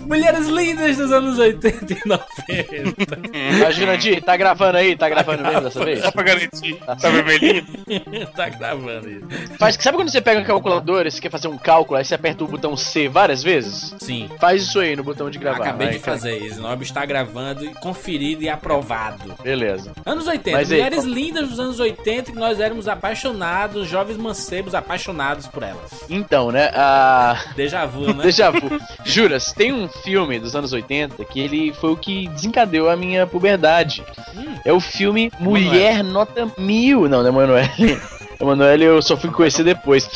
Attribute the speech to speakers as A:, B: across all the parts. A: Mulheres lindas dos anos 80 e 90.
B: Mas, Jurandir, tá gravando aí? Tá gravando mesmo dessa vez?
C: Só pra garantir. Tá vermelhinho?
A: tá gravando isso.
B: Faz, sabe quando você pega um calculador e você quer fazer um cálculo, aí você aperta o botão C várias vezes?
A: Sim.
B: Faz isso aí no botão de gravar.
A: Acabei
B: vai,
A: de fazer isso. Nob está gravando e conferido e aprovado.
B: cara. Beleza.
A: Anos 80.
B: Mas aí,
A: mulheres
B: qual-
A: lindas dos anos 80 que nós éramos apaixonados, jovens mancebos apaixonados por elas.
B: Então, né? A.
A: Déjà vu, né?
B: Déjà vu. Juras, tem um filme dos anos 80 que ele foi o que desencadeou a minha puberdade.
A: Hum.
B: É o filme Mulher Nota Mil. Não, não é Manoel. Emanuele, eu só fui conhecer depois.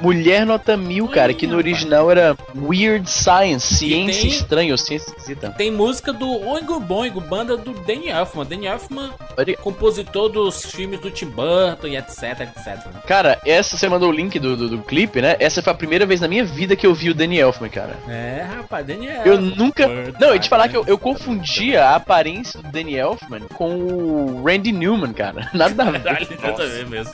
B: Mulher Nota Mil, cara, que no
A: Olha,
B: original era Weird Science, Ciência
A: Hum, tem-
B: Estranha ou Ciência Esquisita.
A: Tem música do Oingo Boingo, banda do Danny Elfman. Danny Elfman,
B: Olha-
A: compositor dos filmes do Tim Burton e etc, etc.
B: Cara, essa você mandou o link do, do, do clipe, né? Essa foi a primeira vez na minha vida que eu vi o Danny Elfman, cara.
A: É, rapaz, Danny Elfman.
B: Eu nunca.
A: Bird
B: Não, eu ia te falar
A: Dog,
B: que eu, eu confundia a aparência do Danny Elfman com o Randy Newman, cara. Nada a ver.
A: Caralho, nada a ver mesmo.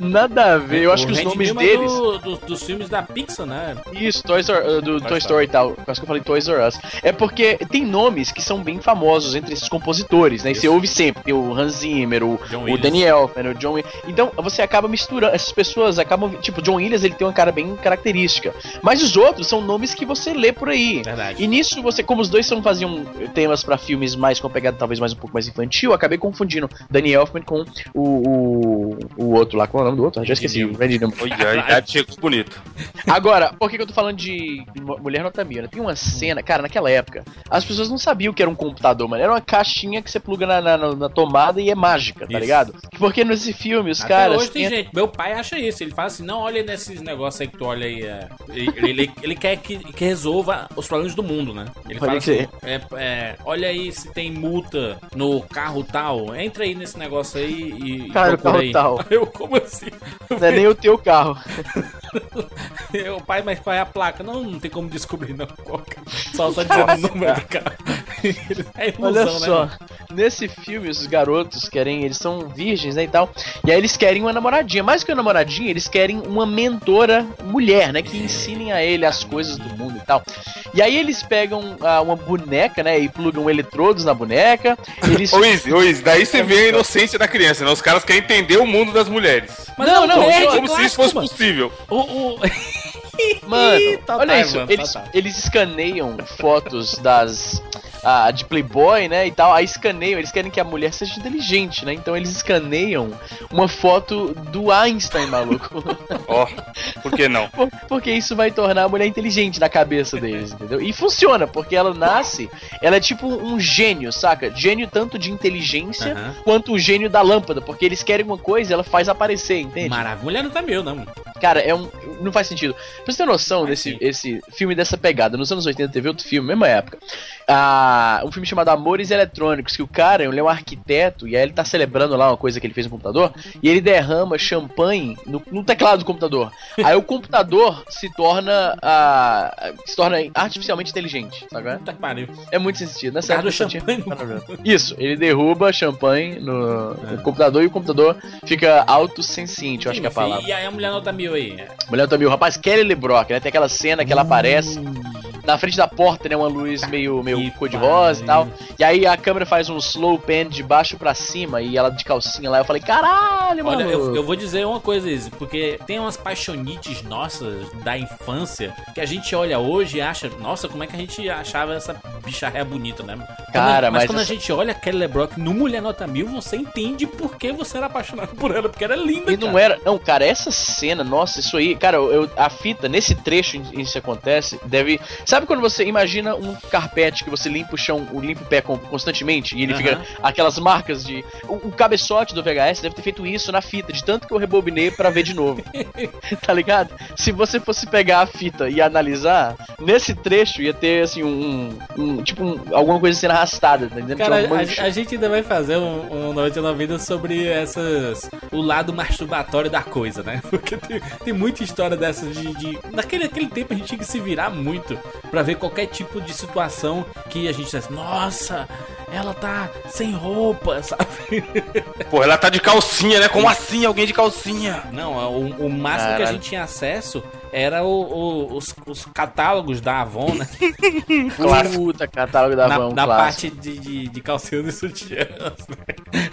B: Nada a ver. Eu acho
A: O
B: que os
A: Randy
B: nomes
A: Newman é
B: deles.
A: do- do- dos filmes da Pixar, né?
B: Isso, Toys R, uh, do
C: Toy
B: Toy Story e tal. Quase que eu falei Toys R Us. É porque tem nomes que são bem famosos entre esses compositores, né? E você
A: Isso.
B: ouve sempre. Tem o Hans Zimmer, o,
A: John
B: o
A: Williams.
B: Daniel, né, o John Williams. Então você acaba misturando. Essas pessoas acabam. Tipo, John Williams ele tem uma cara bem característica. Mas os outros são nomes que você lê por aí.
A: Verdade.
B: E nisso, você, como os dois são faziam temas pra filmes mais com pegada talvez mais um pouco mais infantil, eu acabei confundindo Danny Elfman com o, o, o outro lá. Qual é o nome do outro? Já esqueci.
C: Newman.
B: Randy Newman.
C: Olha, a idade chegou bonito.
B: Agora, por que que eu tô falando de mu- Mulher Nota Mil? né? Tem
A: Uhum.
B: uma cena, cara, naquela época, as pessoas não sabiam o que era um computador, mano. Era uma caixinha que você pluga na, na- na- na tomada e é mágica, tá
A: Isso.
B: ligado? Porque nesse filme, os
A: Até
B: caras.
A: hoje tem
B: tentam-
A: gente. Meu pai acha isso. Ele fala assim: não olha nesses negócios aí que tu olha aí. é. Ele, ele, ele quer que, que resolva os problemas do mundo, né? Ele
B: Pode
A: fala assim:
B: crer.
A: é, é, olha aí se tem multa no carro tal. Entra aí nesse negócio aí e. e
B: Cara, o
A: procura
B: carro
A: aí.
B: tal.
A: Eu, como assim?
B: Não é nem o teu carro.
A: Eu, pai, mas qual é a placa? Não, não tem como descobrir, não. Qual que é? Só, só dizendo o número do carro. É ilusão,
B: Olha
A: né?
B: só,
A: mano?
B: nesse filme os garotos querem, eles são virgens, né, e tal. E aí eles querem uma namoradinha, mais que uma namoradinha, eles querem uma mentora mulher, né, que ensinem a ele as coisas do mundo e tal. E aí eles pegam ah, uma boneca, né, e plugam eletrodos na boneca. Eles
C: Ô, Izzy, ô, Izzy, daí você vê a inocência da criança, né? Os caras querem entender o mundo das mulheres.
A: Mas
B: Não,
A: é um
B: não,
A: verde
C: Como se isso
A: clássico,
C: fosse
A: mano.
C: possível.
A: O- o-
B: Mano,
A: Tá,
B: olha
A: tá,
B: isso,
A: mano, tá,
B: eles,
A: tá.
B: eles escaneiam fotos das ah, de Playboy, né, e tal. Aí escaneiam, eles querem que a mulher seja inteligente, né? Então eles escaneiam uma foto do Einstein, maluco.
C: Ó, por que não?
B: Por- Porque isso vai tornar a mulher inteligente na cabeça deles, entendeu? E funciona, porque ela nasce, ela é tipo um gênio, saca? Gênio tanto de inteligência
A: Aham.
B: quanto o gênio da lâmpada, porque eles querem uma coisa e ela faz aparecer, entende?
A: Maravilha. Mulher não tá meu, não.
B: Cara, é um. Não faz sentido. Pra você ter noção
A: Faz
B: desse
A: sim.
B: esse filme dessa pegada, nos anos 80 teve outro filme, mesma época. Ah, um filme chamado Amores Eletrônicos, que o cara ele é um arquiteto e aí ele tá celebrando lá uma coisa que ele fez no computador e ele derrama champanhe no, no teclado do computador. Aí o computador se torna. ah, se torna artificialmente inteligente, sabe?
A: Puta que pariu.
B: É muito sem sentido. Nessa
A: Cara
B: época
A: do
B: só tinha-
A: champanhe. no-
B: Isso, ele derruba champanhe no, no
A: É.
B: computador e o computador fica autossenciente, eu acho que é a
A: Enfim,
B: palavra.
A: E aí a mulher nota mil aí.
B: Mulher também, o rapaz Kelly LeBrock, né? Tem aquela cena
A: Hum.
B: que ela aparece na frente da porta, né? Uma luz meio, meio
A: Que
B: cor-de-rosa e tal.
A: pariu.
B: E aí a câmera faz um slow pan de baixo pra cima e ela de calcinha lá. Eu falei, caralho, mano.
A: Olha, eu, eu vou dizer uma coisa, Izzy, porque tem umas paixonites nossas da infância que a gente olha hoje e acha, nossa, como é que a gente achava essa bicharré bonita, né? Quando-
B: Cara,
A: mas,
B: mas assim,
A: quando
B: essa-
A: a gente olha Kelly LeBrock no Mulher Nota Mil, você entende por que você era apaixonado por ela, porque era linda,
B: E não é,
A: cara.
B: era. Não, cara, essa cena, nossa, isso aí. Cara, eu, eu- a fita, nesse trecho em em que acontece, deve. Sabe quando você imagina um carpete que você limpa o chão, o limpa o pé com- constantemente e ele
A: Aham.
B: fica aquelas marcas de. O, o cabeçote do VHS deve ter feito isso na fita, de tanto que eu rebobinei pra ver de novo. tá ligado? Se você fosse pegar a fita e analisar, nesse trecho ia ter, assim, um. um- tipo, um- alguma coisa sendo arrastada, tá entendendo?
A: Cara,
B: Tinha uma
A: a,
B: mancha.
A: a gente ainda vai fazer um, um 90 na vida sobre essas. o lado masturbatório da coisa, né? Porque tem, tem muita história dessa de. de- naquele aquele tempo a gente tinha que se virar muito pra ver qualquer tipo de situação que a gente dissesse, nossa, ela tá sem roupa, sabe?
C: Pô, ela tá de calcinha, né? Como assim alguém de calcinha?
A: Não, é o, o máximo que a
B: Caralho.
A: gente tinha acesso era o- o- os, os catálogos da Avon, né?
B: Clássico. Puta, catálogo da
A: um na
B: Avon,
A: na
B: clássico.
A: parte de, de, de assim. calcinhas e sutiãs.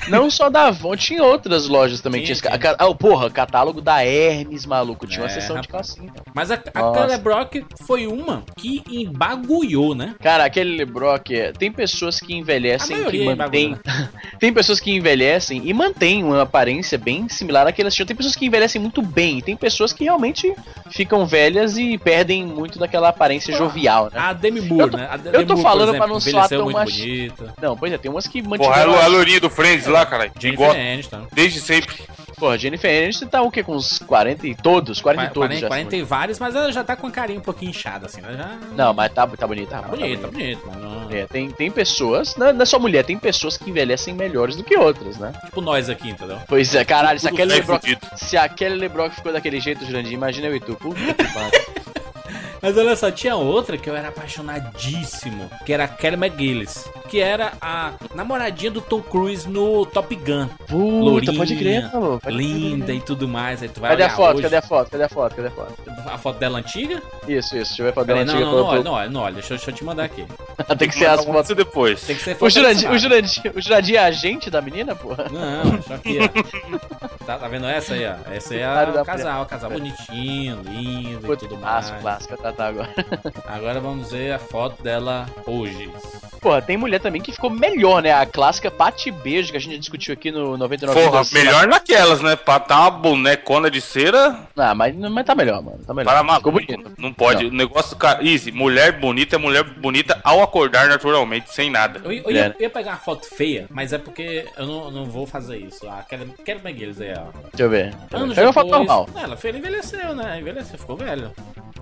B: Não só da Avon, tinha outras lojas também.
A: Tinha,
B: Tinha, esse ca- Ah, porra, catálogo da Hermes, maluco. Tinha uma tipo, assim,
A: É,
B: seção de
A: rapaz.
B: calcinha.
A: Mas a, a
B: Nossa.
A: Carla Brock foi uma que embaguiou, né?
B: Cara, aquele Lebrock, é, tem pessoas que envelhecem
A: A
B: e
A: maioria é
B: mantêm. tem pessoas que envelhecem e mantêm uma aparência bem similar àquelas que tinham. Tem pessoas que envelhecem muito bem, e tem pessoas que realmente ficam velhas e perdem muito daquela aparência jovial, né?
A: A Demi Moore,
B: Eu tô-
A: né? A Demi
B: eu tô
A: por
B: falando pra não
A: envelheceu
B: soar tão
A: muito
B: machi-
A: bonita.
B: Não, pois é, tem umas que
C: Porra, a,
B: mantiveram.
C: lo- a lourinha do Friends lá, cara. De
A: Jennifer
B: é.
C: igual
A: Aniston.
C: desde sempre.
B: Porra, Jennifer Aniston tá o quê? Com uns 40 e todos? 40 e
A: Qua-
B: todos né?
A: 40,
B: já.
A: 40 e vários, mas ela já tá com a carinha um pouquinho inchada, assim, né? Já...
B: Não, mas tá, tá bonita,
A: Tá
B: rapaz.
A: bonito, tá bonito, mas não-
B: É, tem, tem pessoas, não é, não é só mulher, tem pessoas que envelhecem melhores do que outras, né?
A: Tipo nós aqui, entendeu?
B: Pois é, caralho, se
C: Tudo
B: aquele
C: velho
B: Lebrock.
C: fudido.
B: Se aquele Lebrock ficou daquele jeito, Jurandir, imagina eu e tu. Puta que pariu.
A: Mas olha só, tinha outra que eu era apaixonadíssimo, que era a Kelly McGillis, que era a namoradinha do Tom Cruise no Top Gun.
B: Puta,
A: Lourinha,
B: pode crer, tá maluco. pode crer.
A: Linda e tudo mais. Aí tu vai
B: Cadê a
A: olhar
B: foto?
A: hoje-
B: Cadê a foto? Cadê a foto? Cadê a foto?
A: a foto dela antiga?
B: Isso, isso. Deixa eu ver a foto dela
A: Peraí, não,
B: antiga.
A: não, não,
B: pelo-
A: olha, não, olha, não, olha, deixa, eu- deixa eu te mandar aqui.
B: pelo- Tem que ser as
C: Mandar
B: fotos.
C: você depois.
A: Tem que ser foto
B: O Jurandir, o
A: adicionada.
B: Jurandir, o Jurandir é agente da menina, porra?
A: Não, só aqui, ó. Tá, tá vendo essa aí, ó? Essa aí
B: Claro,
A: é
B: dá
A: o casal, o casal bonitinho, lindo e
B: Puta,
A: tudo mais.
B: clássico, clássico, tá, tá, agora.
A: Agora vamos ver a foto dela hoje.
B: Porra, tem mulher também que ficou melhor, né? A clássica Pati Beijo que a gente discutiu aqui no 99.
C: Porra,
B: Vidas.
C: melhor naquelas, né? Pra tá uma bonecona de cera,
B: Ah, mas, mas tá melhor, mano. Tá melhor.
C: para
B: Ficou
C: maluco.
B: bonito.
C: Não pode. O negócio, cara, easy. Mulher bonita é mulher bonita ao acordar naturalmente, sem nada.
A: Eu, eu ia, eu ia pegar uma foto feia, mas é porque eu não, não vou fazer isso. Ah, quero, quero pegar eles aí, ó.
B: Deixa eu ver.
A: Anos
B: Pega uma foto
A: depois-
B: normal.
A: Não, Ela foi, envelheceu, né? Envelheceu, ficou velho.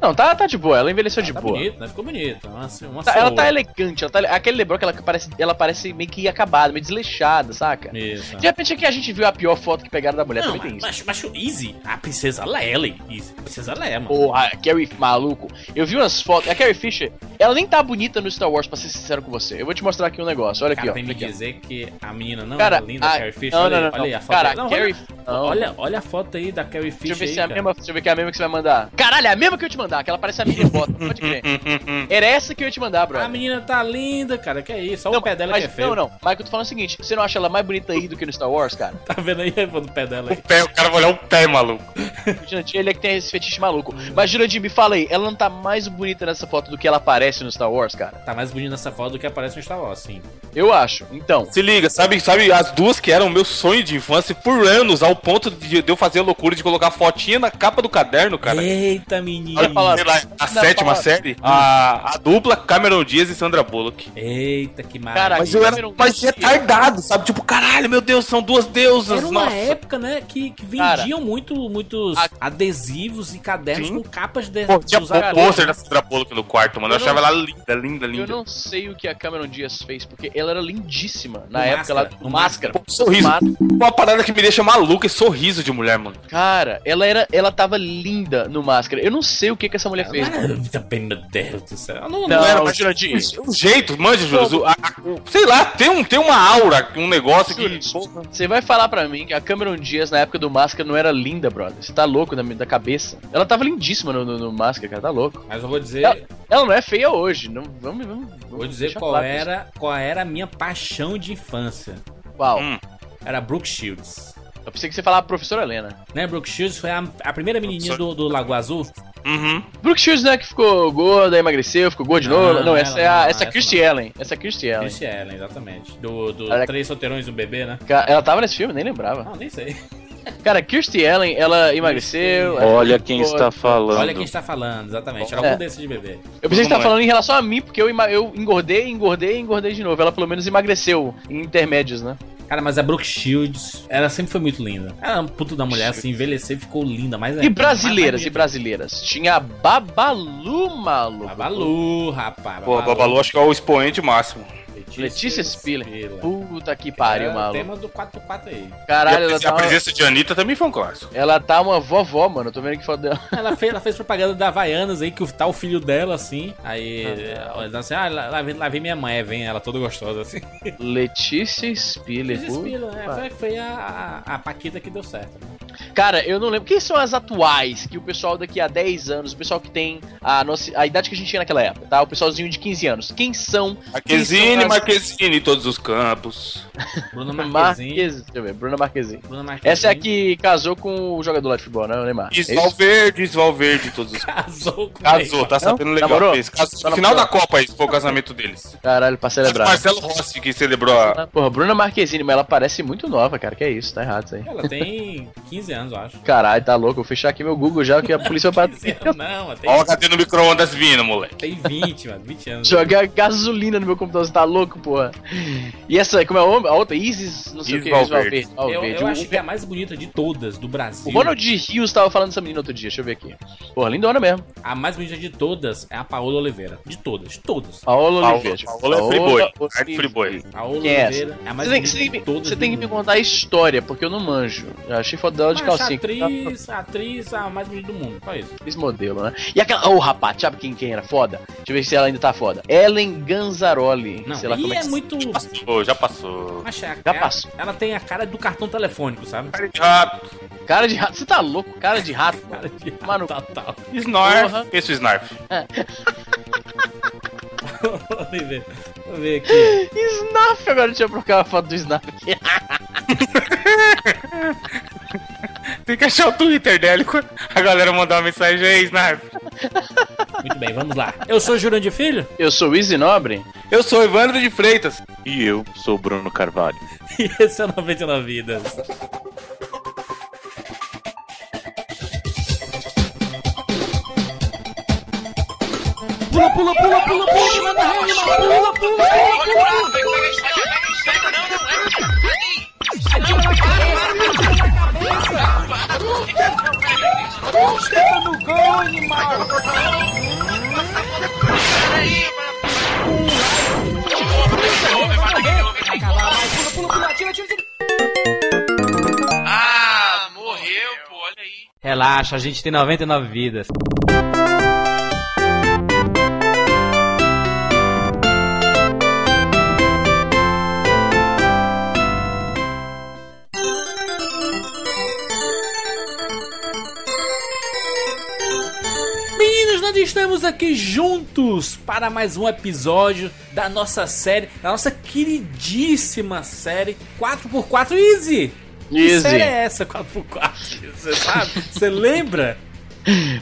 B: Não, tá, tá de boa. Ela envelheceu de
A: tá
B: boa.
A: bonito, né? Ficou bonito. Uma, uma
B: Tá- ela tá
A: cenoura.
B: elegante, ela tá, aquele Lebron que ela parece, ela parece meio que acabada, meio desleixada, saca?
A: Isso.
B: De repente aqui a gente viu a pior foto que pegaram da mulher,
A: Não,
B: também tem é isso.
A: mas, mas, o Easy, a princesa Lely, Easy, a princesa Leia, mano.
B: Porra, a Carrie, maluco. Eu vi umas fotos. A Carrie Fisher, ela nem tá bonita no Star Wars, pra ser sincero com você. Eu vou te mostrar aqui um negócio, olha aqui,
A: Cara,
B: ó.
A: vem me
B: Aqui, ó.
A: dizer que a menina não
B: Cara,
A: era linda,
B: a-
A: Carrie Fisher.
B: não,
A: olha,
B: não,
A: aí,
B: não,
A: olha aí a
B: não.
A: foto.
B: Cara,
A: dela. não,
B: Carrie-
A: olha,
B: não.
A: olha, olha a foto aí da Carrie
B: Deixa
A: Fisher.
B: eu ver
A: aí,
B: se é a
A: cara.
B: mesma. Deixa eu ver que é a mesma que você vai mandar. Caralho, é a mesma que eu ia te mandar. Aquela parece a Miriam Bota, pode crer. Era essa que eu ia te mandar, brother.
A: A menina tá linda, cara. Que é isso? Olha
B: Não,
A: o pé dela
B: mas,
A: que é feio.
B: Não, não. Mas eu tô falando o seguinte: você não acha ela mais bonita aí do que no Star Wars, cara?
A: Tá vendo aí o pé dela aí?
C: Pé, o cara vai olhar o pé, maluco.
B: O Jurandir, ele é que tem esse fetiche maluco. Mas, Jurandir, me fala aí, ela não tá mais bonita nessa foto do que ela aparece no Star Wars, cara?
A: Tá mais bonita essa foto do que aparece no Star Wars, sim.
B: Eu acho. Então,
C: Se liga, sabe, sabe as duas que eram meu sonho de infância por anos, ao ponto de de eu fazer a loucura de colocar fotinha na capa do caderno, cara.
A: Eita, menina.
B: Olha pra lá.
C: Sei lá, a
B: Não,
C: sétima
B: fala-
C: série, a, a dupla Cameron Diaz e Sandra Bullock.
A: Eita, que maravilha.
B: Cara,
C: Mas eu era
B: Cameron
C: mas é
B: Diaz.
C: retardado, sabe? Tipo, caralho, meu Deus, são duas deusas,
A: Era uma
C: nossa.
A: época, né, que, que vendiam
B: Cara,
A: muito, muitos
B: a-
A: adesivos e cadernos
C: Sim.
A: com capas de,
C: Pô, tinha
A: dos
B: cara,
A: atores.
C: pôster da Sandra Bullock no quarto, mano. Eu,
B: Eu
C: achava
B: não-
C: ela linda, linda,
B: eu
C: linda.
B: não sei o que a Cameron Diaz fez, porque ela era lindíssima na
A: No
B: época.
A: Máscara,
B: ela
A: no
B: máscara.
C: Pô, sorriso.
B: Mas-
C: Uma parada que me deixa maluco é sorriso de mulher, mano.
B: Cara, ela era, ela tava linda no máscara. Eu não sei o que que essa mulher fez.
A: Maravilha, Ah, meu Deus do céu. Não, não,
B: Não,
A: era-
B: mas, Jurandir.
C: O jeito, manja, Júlio. o- a- a- o- Sei lá, tem, um, tem uma aura, um negócio que.
B: Júlio, Você vai falar pra mim que a Cameron Diaz na época do Máscara não era linda, brother. Você tá louco da, da cabeça. Ela tava lindíssima no, no- no Máscara, cara, tá louco.
A: Mas eu vou dizer,
B: Ela, ela não é feia hoje. Não, vamos, vamos,
A: vou
B: vamos
A: dizer
B: deixar
A: qual
B: claro
A: era, qual era a minha paixão de infância.
B: isso. Qual?
C: Hum.
A: Era a Brooke Shields.
B: Eu pensei que você falava professora Helena.
A: Né, Brooke Shields foi a, a primeira menininha do, do Lago Azul.
C: Uhum.
B: Brooke Shields não é que ficou gorda, emagreceu, ficou gorda de
A: Não,
B: novo. Não,
A: ela
B: essa é a,
A: não,
B: essa é
A: essa
B: a Christy
A: não.
B: Ellen. Essa é a Christy Ellen.
A: Christy Ellen, né, exatamente. Do, do
B: Ela- é
A: Três Solteirões e um Bebê, né?
B: Ca- Ela tava nesse filme, nem lembrava.
A: Não, nem sei.
B: Cara, Kirsty Ellen, ela emagreceu. ela
D: Olha
B: ficou
D: quem
B: gorda.
D: está falando.
A: Olha quem está falando, exatamente. Era
B: É.
A: algum desses de bebê.
B: Eu pensei que você
C: Como
B: tá
C: é?
B: falando em relação a mim, porque eu, ema- eu engordei, engordei, engordei de novo. Ela pelo menos emagreceu em intermédios, né?
A: Cara, mas a Brooke Shields, ela sempre foi muito linda. Ela é um puto da mulher, assim, envelhecer ficou linda, mas é
B: E brasileiras, e
A: brasileiras.
B: brasileiras. Tinha a Babalu, maluco.
A: Babalu, rapaz.
C: Pô, Babalu acho que é o expoente máximo.
B: Letícia Spiller. Puta Puta que pariu,
A: Era o
B: maluco.
A: tema do 4x4 aí.
B: Caralho, ela
C: e a, presen- a
B: tá, uma,
C: presença de Anitta também foi um clássico.
B: ela tá uma vovó, mano. Eu tô vendo que foto dela.
A: Ela fez, ela fez propaganda da Havaianas aí, que tá o filho dela, assim. Aí, ela dá assim, ah, lá, lá vem, lá vem minha mãe, vem ela toda gostosa, assim.
B: Letícia Spiller.
A: Fiz espelho, né? Foi, foi a, a, a Paquita que deu certo. né?
B: Cara, eu não lembro. Quem são as atuais que o pessoal daqui a 10 anos, o pessoal que tem a, nossa, a idade que a gente tinha naquela época, tá? O pessoalzinho de 15 anos. Quem são? Quem
C: Marquezine,
B: são as-
C: Marquezine, todos os campos.
A: Bruna Marquezine.
B: Marquezine. Deixa eu ver, Bruna Marquezine.
A: Bruna Marquezine.
B: Essa é a que casou com o jogador lá de futebol, né? O Neymar. É isso?
C: Isval Verde, Isval Verde, todos os
A: Casou com
C: Casou, tá
B: Não?
C: sabendo legal.
B: Namorou?
C: fez. Casou.
B: Só
C: No final da
B: namorou.
C: Copa, esse foi o casamento deles.
B: Caralho, pra
C: Mas
B: celebrar.
C: Marcelo Rossi que celebrou a.
B: Porra, Bruna Marquezine, mas ela parece muito nova, cara. Que é isso, tá errado isso aí.
A: Ela tem 15 anos, eu acho.
B: Caralho, tá louco. Eu vou fechar aqui meu Google já, que a polícia vai
A: 15
B: bater.
A: anos, não, ela tem,
C: Ó, o cadê no micro-ondas vindo, moleque?
A: tem 20, mano, 20 anos.
B: Jogar gasolina no meu computador, você tá louco, porra. E essa, como é o- a outra? Isis, não sei o que,
C: Isis
B: Isis
C: Valverde.
B: Valverde.
A: Eu,
B: Valverde.
A: eu
B: O-
A: acho que é a mais bonita de todas do Brasil.
B: O Ronald Rios tava falando dessa menina outro dia, deixa eu ver aqui. Porra, lindona mesmo.
A: A mais bonita de todas é a Paola Oliveira. De todas, todas.
B: Paola
C: Paola-
B: Oliveira.
C: Paola é Friboi. Arte Friboi.
A: Paola
B: Quem é
A: Oliveira é a mais
B: Você tem,
A: bonita de
B: você tem que me-
A: todas.
B: você tem que
A: do
B: me
A: mundo.
B: contar a história, porque eu não manjo. Eu achei foto dela de
A: Mas
B: calcinha.
A: atriz, atriz, a mais bonita do mundo. Só isso.
B: Esse modelo, né? E aquela. Ô, rapaz, sabe quem, quem era foda? Deixa eu ver se ela ainda tá foda. Ellen Ganzaroli.
A: Não,
B: sei lá
A: e
B: como
A: é,
B: que-
A: muito.
C: Pô, já passou.
A: Mas é-
B: Já
A: é-
B: passou.
A: Ela tem a cara do cartão telefônico, sabe?
C: Cara de rato.
B: Cara de rato. Você tá louco? Cara de rato, mano.
A: Cara de
B: Mano.
A: total.
C: Snarf.
B: Porra.
C: Pensa o Snarf.
A: Vamos ver. Vamos ver aqui.
B: Snarf, agora deixa eu procurar a foto do Snarf. aqui.
C: Tem que achar o Twitter dele. A galera mandou uma mensagem aí, Snarf.
A: Muito bem, vamos lá. Eu sou Jurandir Filho
B: Eu sou o Easy Nobre?
C: Eu sou Evandro de Freitas. E eu sou Bruno Carvalho.
A: e esse é o 99 Vidas.
D: Relaxa, a gente tem 99 vidas.
A: Meninos, nós estamos aqui juntos para mais um episódio da nossa série, da nossa queridíssima série 4x4 Easy. Que
B: Easy.
A: série é essa 4x4? Você sabe? Você lembra?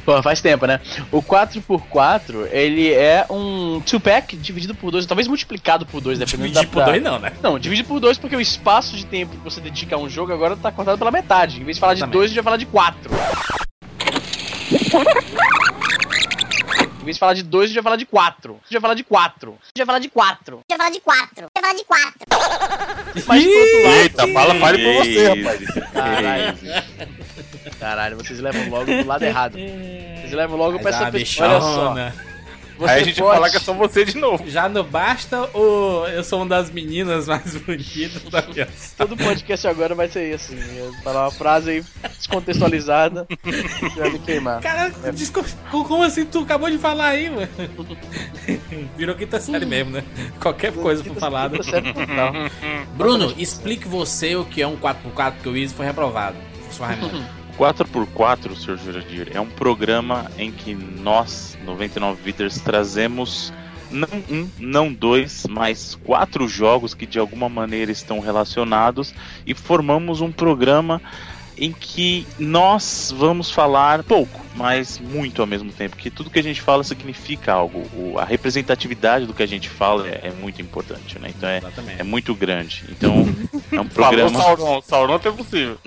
B: Pô, faz tempo, né? O 4x4, ele é um 2-pack dividido por 2, talvez multiplicado por 2, dependendo
A: Dividir por
B: da...
A: dois não, né?
B: Não, divide por dois porque o espaço de tempo que você dedica a um jogo agora tá cortado pela metade. Em vez de falar de
A: Exatamente.
B: dois, a gente vai falar de quatro. Em vez de falar de dois, a gente vai falar de quatro. A gente vai falar de quatro. A gente vai falar de quatro.
E: Eu vou falar de quatro. Eu vou falar de quatro.
B: Mas por outro lado.
C: Eita, fala, fale por você, rapaz.
B: Caralho. Caralho, vocês levam logo pro lado errado. Vocês levam logo pra
A: Mas é
B: essa
A: uma
B: pessoa. Olha só.
A: bichona. né?
B: Você
C: Aí a gente
B: pode-
C: fala que é só você de novo.
A: Já não basta o eu sou uma das meninas mais bonitas da minha
B: Todo podcast agora vai ser isso. assim, eu Falar uma frase aí descontextualizada que vai me queimar.
A: Cara, desco- como assim tu acabou de falar aí, mano? Virou quinta série mesmo, né? Qualquer coisa for falada.
B: Tá certo, não.
A: Bruno, explique você o que é um 4x4, porque o Easy foi reprovado. Professor Raimundo.
F: 4x4, Sr. Jurandir, é um programa em que nós, 99 Viters, trazemos não um, não dois, mas quatro jogos que de alguma maneira estão relacionados e formamos um programa em que nós vamos falar pouco, mas muito ao mesmo tempo, que tudo que a gente fala significa algo. O- a representatividade do que a gente fala é, é muito importante, né? Então é, é
A: Exatamente.
F: muito grande. Então é um
C: Falou
F: programa.
C: Sauron. Sauron até possível.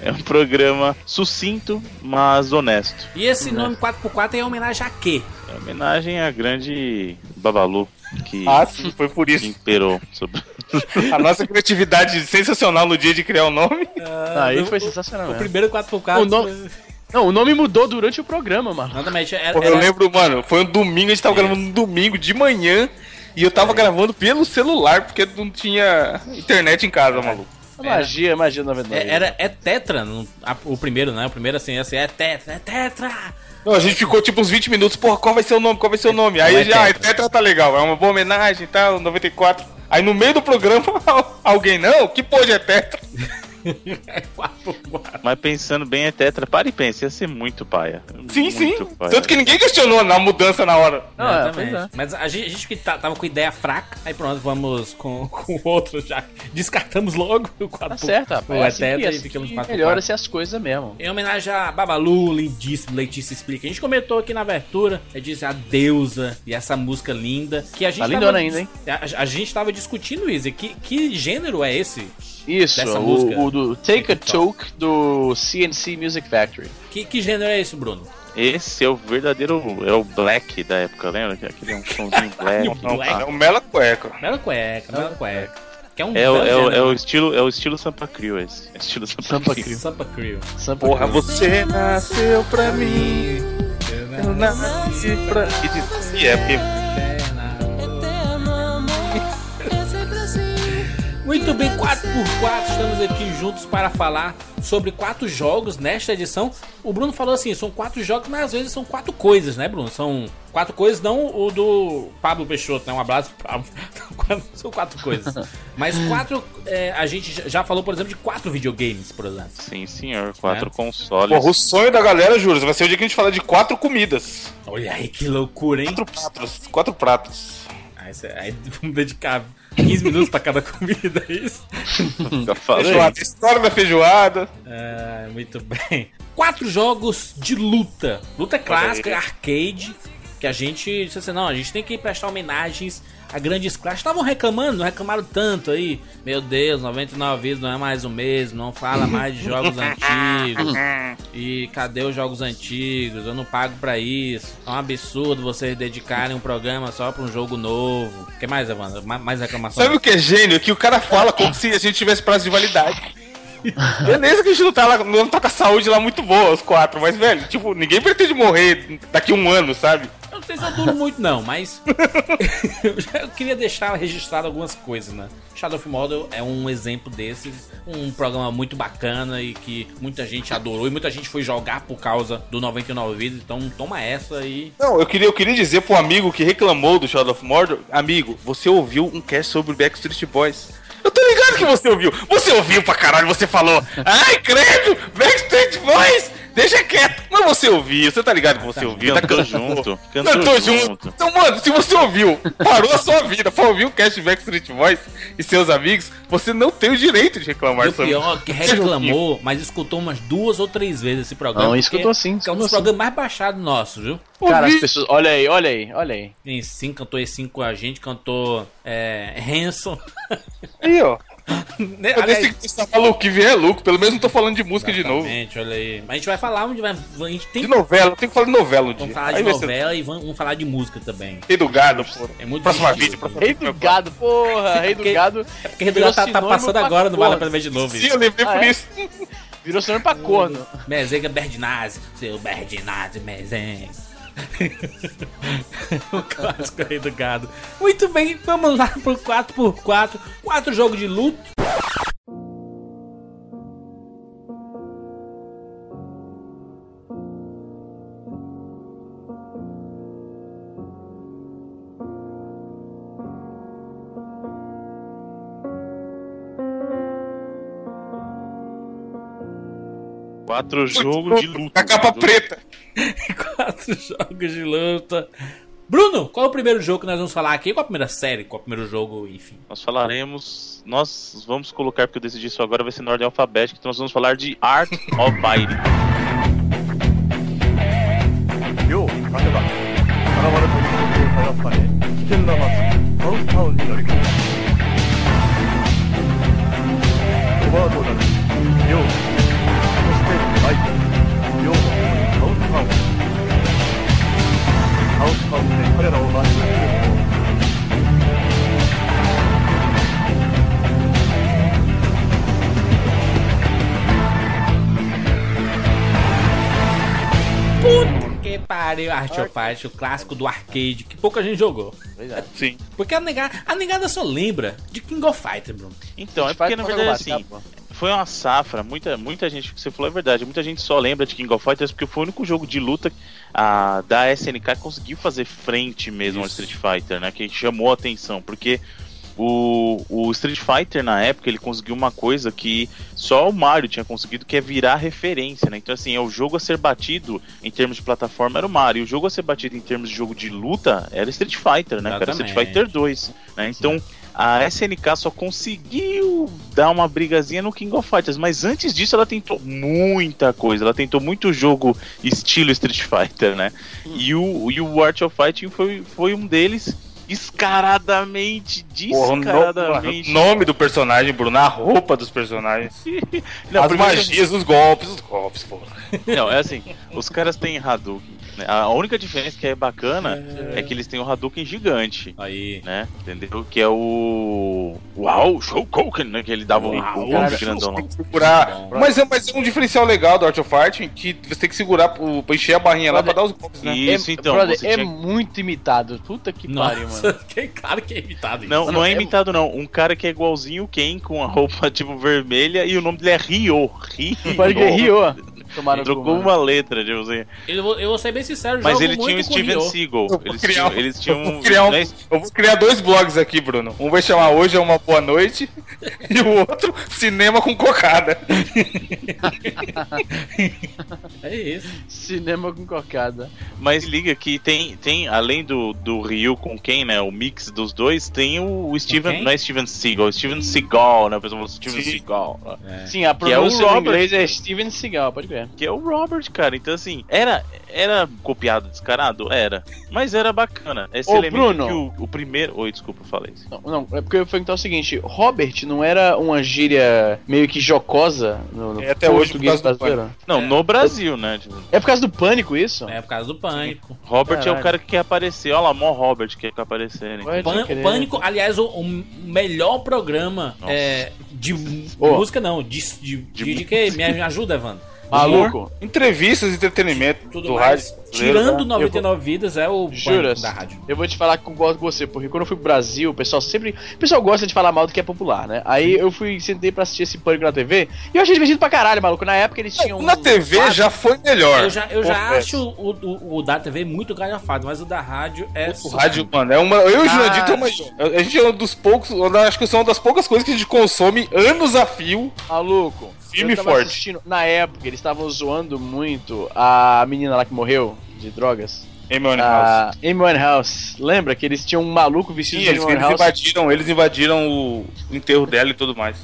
F: É um programa sucinto, mas honesto.
A: E esse nome 4x4 é em homenagem a quê?
F: É homenagem à grande Babalu que
C: Ah, sim, foi por
F: que
C: isso.
F: imperou sobre.
C: A nossa criatividade sensacional no dia de criar o nome.
B: Aí
A: eu-
B: foi sensacional né?
A: O
B: mesmo.
A: primeiro 4x4.
B: O nome-
A: foi-
B: Não, o nome mudou durante o programa, mano.
C: É.
A: Exatamente. é- Era,
C: Porra, eu lembro, mano, foi um domingo, a gente tava gravando um domingo de manhã. E eu tava gravando pelo celular, porque não tinha internet em casa, maluco.
B: Magia, magia 99.
A: É, era, é Tetra, não- a- o primeiro, né? O primeiro assim, assim é Tetra, é Tetra!
C: Não, a gente ficou tipo uns 20 minutos, porra, qual vai ser o nome, qual vai ser o nome? Aí
A: Não é
C: já, ah,
A: Tetra.
C: Tetra tá legal, é uma boa homenagem e tal, 94. Aí no meio do programa, alguém, não, que porra de é Tetra?
A: É quatro, quatro.
F: Mas pensando bem, é tetra. Para e pensa, ia ser muito paia.
C: Sim,
F: muito
C: sim.
F: paia.
C: Tanto que ninguém questionou na mudança na hora.
B: Não, é,
A: Exatamente.
B: pois é.
A: Mas a gente, a gente que tá- tava com ideia fraca, aí pronto, vamos com, com outro já. Descartamos logo o 4
B: Tá certo, rapaz.
A: O
B: É
A: é
B: assim que-
A: Tetra e
B: assim
A: ficamos
B: que
A: 4
B: Melhora-se as coisas mesmo.
A: Em homenagem a Babalu, lindíssimo, Letícia Explica. A gente comentou aqui na abertura, é dizer a deusa e essa música linda. Que a gente
B: Tá
A: tava-
B: lindona ainda, hein?
A: A, a gente tava discutindo isso. e Que, que gênero é esse?
B: Isso,
A: Dessa música.
B: o, o do Take a Choke do CNC Music Factory.
A: Que, que gênero é esse, Bruno?
F: Esse é o verdadeiro. É o black da época, lembra? Que- Aquele é um somzinho black.
A: Caralho,
F: Não,
A: black.
F: tá.
C: É o Mela Cueca.
A: Bela cueca, bela cueca. Que é um
F: É, o,
A: belo
F: é, o,
A: gênero.
F: é o estilo, é o estilo Sampa Crew esse. É o estilo Sampa,
B: Sampa
F: Crew.
B: Crew.
A: Sampa Crew.
B: Sampa
C: Porra,
B: Cruz.
C: você nasceu pra mim. Eu nasci pra. E diz- E é, porque.
A: Muito bem, 4x4, estamos aqui juntos para falar sobre quatro jogos nesta edição. O Bruno falou assim, são quatro jogos, mas às vezes são quatro coisas, né, Bruno? São quatro coisas, não o do Pablo Peixoto, né? Um abraço, pro Pablo. São quatro- São quatro coisas. Mas quatro, é, a gente já- já falou, por exemplo, de quatro videogames, por exemplo.
F: Sim, senhor. Quatro
A: É.
F: consoles.
C: Porra, o sonho da galera, juro, vai ser o dia que a gente falar de quatro comidas.
A: Olha aí que loucura, hein?
C: Quatro pratos. Quatro pratos.
A: Aí, cê- aí vamos dedicar 15 minutos para cada comida, é isso?
F: Já falei.
C: Feijoada. História da feijoada.
A: Ah, muito bem. Quatro jogos de luta. Luta clássica, arcade, que a gente disse assim, não, a gente tem que prestar homenagens a grandes clássicos. Estavam reclamando, não reclamaram tanto aí. Meu Deus, 99 vezes não é mais o mesmo, não fala mais de jogos antigos. E cadê os jogos antigos? Eu não pago pra isso. É um absurdo vocês dedicarem um programa só pra um jogo novo. O que mais, Evandro? Ma- Mais reclamação?
C: Sabe o que é gênio? Que o cara fala como se a gente tivesse prazo de validade. Beleza que a gente não tá, lá, não tá com a saúde lá muito boa, os quatro, mas, velho, tipo, ninguém pretende morrer daqui a um ano, sabe?
A: Eu não sei se eu duro muito, não, mas. eu já- eu queria deixar registrado algumas coisas, né? Shadow of Mordor é um exemplo desses. Um programa muito bacana e que muita gente adorou e muita gente foi jogar por causa do 99 Vidas. Então, toma essa e.
C: Não, eu queria, eu queria dizer pro amigo que reclamou do Shadow of Mordor, amigo, você ouviu um cast sobre Backstreet Boys. Eu tô ligado que você ouviu. Você ouviu pra caralho, você falou, ai, credo, Backstreet Boys, deixa quieto. Mas você ouviu, você tá ligado que
F: Ah,
C: você ouviu. Tá
F: Cantou junto. Cantou,
C: Cantou junto.
F: junto.
C: Então, mano, se você ouviu, parou a sua vida pra ouvir o cast Backstreet Boys e seus amigos, você não tem o direito de reclamar
A: E o
C: sobre
A: pior é que reclamou, mas escutou umas duas ou três vezes esse programa.
B: Não,
A: porque
B: escutou sim,
A: É um
B: escutou
A: dos
B: sim.
A: programas mais baixados nossos, viu?
B: Cara, as
C: Ouvi.
B: pessoas. Olha aí, olha aí, olha aí.
A: Tem sim, cantou E5 com a gente, cantou é, Hanson.
C: Aí, ó.
A: Né,
C: Eu
A: aliás,
C: tenho que pensar maluco que vier é louco, pelo menos não tô falando de música de novo.
A: Exatamente, olha aí. Mas a gente vai falar onde vai. A gente tem
C: De novela, tem que falar de novela um dia.
A: Vamos falar de
C: Aí vai ser-
A: novela e vamos, vamos falar de música também.
C: Rei do gado, porra.
A: É muito
C: Próxima
A: difícil,
C: vídeo, próxima
B: Rei do gado, porra, rei do
A: Porque-
B: gado.
A: É porque Redondo tá, tá
B: Sinônimo
A: passando
B: pra
A: agora, não vale a pena
B: corno.
A: ver de novo
C: Sim,
A: isso.
C: eu lembrei
B: Ah,
C: por
B: é?
C: isso.
B: Virou sinônimo pra corno.
A: Uhum. Mezenga Berdinazzi, seu Berdinazzi Mezenga. o clássico aí do gado. Muito bem, vamos lá pro 4x4. Quatro jogos de luto.
F: Quatro jogos de luta.
C: A capa preta.
A: Quatro jogos de luta. Bruno, qual é o primeiro jogo que nós vamos falar aqui? Qual a primeira série? Qual é o primeiro jogo? Enfim.
F: Nós falaremos. Nós vamos colocar, porque eu decidi isso agora, vai ser na ordem alfabética. Então nós vamos falar de Art of Fighting.
A: Que pariu, Art of Fight, o clássico do arcade, que pouca gente jogou.
B: Verdade.
C: Sim.
A: Porque a negada, a negada só lembra de King of Fighter, Bruno.
F: Então, é porque na verdade assim, foi uma safra, muita, muita gente, o que você falou é verdade, muita gente só lembra de King of Fighters porque foi o único jogo de luta ah, da SNK que conseguiu fazer frente mesmo ao Street Fighter, né? Que chamou a atenção, porque o, o Street Fighter na época ele conseguiu uma coisa que só o Mario tinha conseguido, que é virar referência, né? Então, assim, é o jogo a ser batido em termos de plataforma era o Mario, e o jogo a ser batido em termos de jogo de luta era Street Fighter, né? Era Street
A: Exatamente.
F: Fighter 2, né? Então. A SNK só conseguiu dar uma brigazinha no King of Fighters, mas antes disso ela tentou muita coisa. Ela tentou muito jogo estilo Street Fighter, né? E o, e o Art of Fighting foi, foi um deles escaradamente,
C: Porra, o
F: descaradamente.
C: no- o nome do personagem, Bruno, a roupa dos personagens.
F: Não,
C: as
F: primeiro-
C: magias, os golpes, os golpes, porra.
F: Não, é assim, os caras têm Hadouken. né? A única diferença que é bacana é, que eles têm o Hadouken gigante.
A: Aí.
F: Né? Entendeu? Que é o. Uau, Shoukoken, né? Que ele dava um
A: Uau,
F: um golpe
C: Cara,
F: grandão.
C: tem que segurar. Mas é, mas é um diferencial legal do Art of Fighting que você tem que segurar o- pra encher a barrinha lá pra dar os golpes, né?
F: Isso, então.
B: Brother,
F: você
B: é
F: tinha-
B: muito imitado. Puta que pariu, mano.
A: Nossa, que, claro que é imitado isso.
F: Não, não é
B: é-
F: imitado, não. Um cara que é igualzinho o Ken, com a roupa tipo vermelha, e o nome dele é Ryo. Ryo.
B: Pode que riu, ó. Tomaram
F: Trocou uma letra, tipo assim.
A: Eu, vou, eu vou ser bem sincero,
F: Mas
A: jogo
F: ele
A: muito
F: tinha o
A: com
F: Steven
A: Ryo.
F: Seagal.
C: Eu vou
F: Eles
C: criar
F: tinham.
C: um-
F: Eles tinham
C: eu vou criar um-
F: né,
C: Eu vou criar dois blogs aqui, Bruno. Um vai chamar Hoje é uma Boa Noite e o outro Cinema com Cocada.
A: É isso.
B: Cinema com cocada.
F: Mas liga que tem, tem além do, do Ryu com quem, né? O mix dos dois, tem o, o Steven.
A: quem?
F: Não é Steven Seagal, é Steven Seagal, né? O pessoal fala Steven
C: Sim.
F: Seagal. né,
B: Sim, a
F: Que é o
B: pronúncia em
F: Robert.
B: inglês é Steven Seagal, pode ver.
F: Que é o Robert, cara. Então, assim, era, era copiado, descarado? Era. Mas era bacana. Esse
B: Ô,
F: elemento
B: Bruno.
F: que o, o primeiro. Oi, desculpa, eu falei isso.
B: Não, não, é porque eu ia perguntar o seguinte: Robert não era uma gíria meio que jocosa no, no
C: É, até hoje, por causa do
F: Não, no Brasil, né? tipo,
B: É por causa do pânico isso?
A: É por causa do pânico.
F: Robert é
B: Caralho.
F: o cara que quer aparecer. Olha lá, mó Robert que quer aparecer. né?
B: Pode
A: Pan-
B: crer.
A: o Pânico, aliás, o, o melhor programa
F: Nossa.
A: é, de mu-
B: Ô.
A: música, não. De, de, de, de que? Me ajuda, Evandro.
B: Maluco,
C: Entrevistas, entretenimento
A: Tudo
C: do
A: mais.
C: rádio.
F: né?
A: Tirando 99 vidas, é o Pânico
B: Juras?
A: da rádio.
B: Eu vou te falar que concordo com você, porque quando eu fui pro Brasil, o pessoal sempre. O pessoal gosta de falar mal do que é popular, né? Aí eu fui, sentei pra assistir esse pânico na TV e eu achei divertido pra caralho, maluco. Na época eles tinham.
C: É,
B: um
C: Na TV já foi melhor.
A: um Eu já, eu já
C: Confesso.
A: acho o, o, o da TV muito galhofado, mas o da rádio é.
C: O rádio, mano, é uma. Eu e o Jurandir
B: Ah.
C: temos. A gente é um dos poucos. eu Acho que são uma das poucas coisas que a gente consome anos a fio.
B: Maluco.
C: Firme
B: eu tava
C: e forte.
B: assistindo- Na época eles estavam zoando muito a menina lá que morreu de drogas.
C: Em meu house.
B: A Amy Winehouse. Lembra que eles tinham um maluco vestido
C: Sim,
B: de
C: eles,
B: Amy
C: eles
B: Winehouse?
C: invadiram, eles invadiram o enterro dela e tudo mais.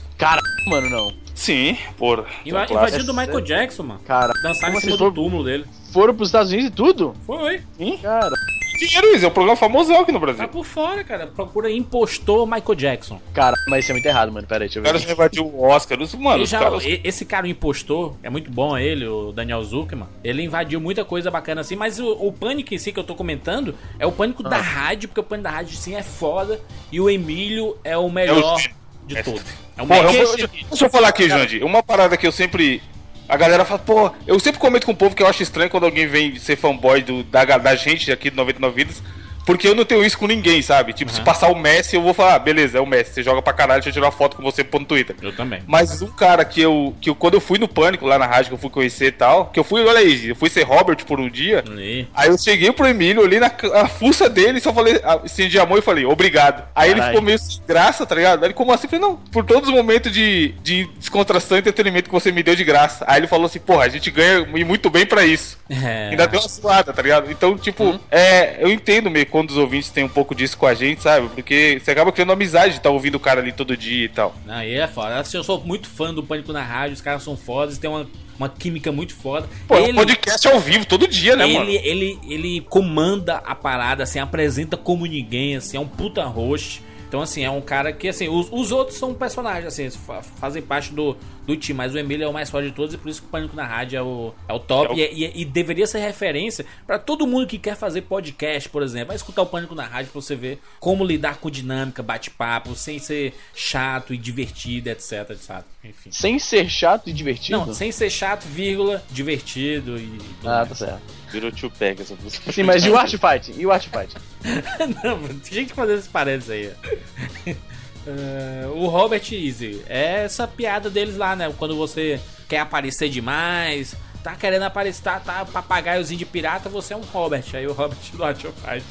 B: Mano, não.
C: Sim, porra.
A: E
F: é um
A: vai- Invadido do Michael Jackson, mano.
B: Cara,
A: Dançar em
B: Como
C: assim
A: cima
B: vocês
A: do túmulo dele.
B: foram pros Estados Unidos e tudo?
A: Foi.
B: Cara,
C: Dinheiro, isso é um programa famosão aqui no
A: Tá
C: Brasil.
A: por fora, cara. Procura impostor Michael Jackson.
B: cara, mas isso é muito errado, mano. Pera aí, deixa eu
C: O
B: ver.
C: cara já invadiu o Oscar. Os, mano,
A: Ele
C: Ah, os
A: já-
C: caras.
A: e- esse cara, o impostor, é muito bom ele, o Daniel Zuckerman. Ele invadiu muita coisa bacana assim, mas o, o pânico em si que eu tô comentando é o pânico
C: Ah.
A: da rádio, porque o pânico da rádio sim é foda e o Emílio é o melhor
C: gênio.
A: de todos. É o
C: Porra, eu
A: melhor.
C: vou- deixa, deixa eu falar aqui, Jandir. Uma parada que eu sempre. A galera fala, pô, eu sempre comento com o povo que eu acho estranho quando alguém vem ser fanboy do, da, da gente aqui do 99 Vidas, porque eu não tenho isso com ninguém, sabe? Tipo, se passar o Messi, eu vou falar, ah, beleza, é o Messi, você joga pra caralho, deixa eu tirar uma foto com você e pôr no Twitter.
A: Eu também.
C: Mas um cara que eu, que eu, quando eu fui no Pânico lá na rádio, que eu fui conhecer e tal, que eu fui, olha aí, eu fui ser Robert por um dia,
A: E-
C: Aí eu cheguei pro Emílio, olhei na ca- a fuça dele, só falei, a- estendi a mão e falei, obrigado. Aí ele
B: Caralho.
C: ficou meio sem graça, tá ligado? Aí ele, como assim? Eu falei, não, por todos os momentos de, de descontração e entretenimento que você me deu de graça. Aí ele falou assim, porra, a gente ganha e muito bem pra isso.
A: É.
C: Ainda deu uma suada, tá ligado? Então, tipo, é, eu entendo meio quando os ouvintes têm um pouco disso com a gente, sabe? Porque você acaba criando amizade de tá ouvindo o cara ali todo dia e tal.
A: Não, e é foda. Assim, eu sou muito fã do Pânico na Rádio, os caras são fodas, tem uma, uma química muito foda.
C: Pô, é um
A: ele,
C: podcast ao vivo todo dia, né, mano?
A: ele, ele, ele comanda a parada, assim, apresenta como ninguém, assim, é um puta host. Então, assim, é um cara que, assim, os, os outros são personagens, assim, eles fa- fazem parte do, do time, mas o Emílio é o mais forte de todos e por isso que o Pânico na Rádio é o, é o top
C: É o-
A: E, e- e deveria ser referência pra todo mundo que quer fazer podcast, por exemplo. Vai escutar o Pânico na Rádio pra você ver como lidar com dinâmica, bate-papo, sem ser chato e divertido, etc, etc. Enfim.
B: Sem ser chato e divertido?
A: Não, sem ser chato, vírgula, divertido e. tudo
B: Ah,
A: mais.
B: tá certo.
F: Virou Tio Pack essa música.
B: Sim, mas e o Art Fight? E o Art Fight?
A: Não, tem gente fazendo esses parênteses aí. ó. Eh, o Robert Easy. É essa piada deles lá, né? Quando você quer aparecer demais, tá querendo aparecer, tá, tá papagaiozinho de pirata, você é um Robert. Aí o Robert do Action Fight.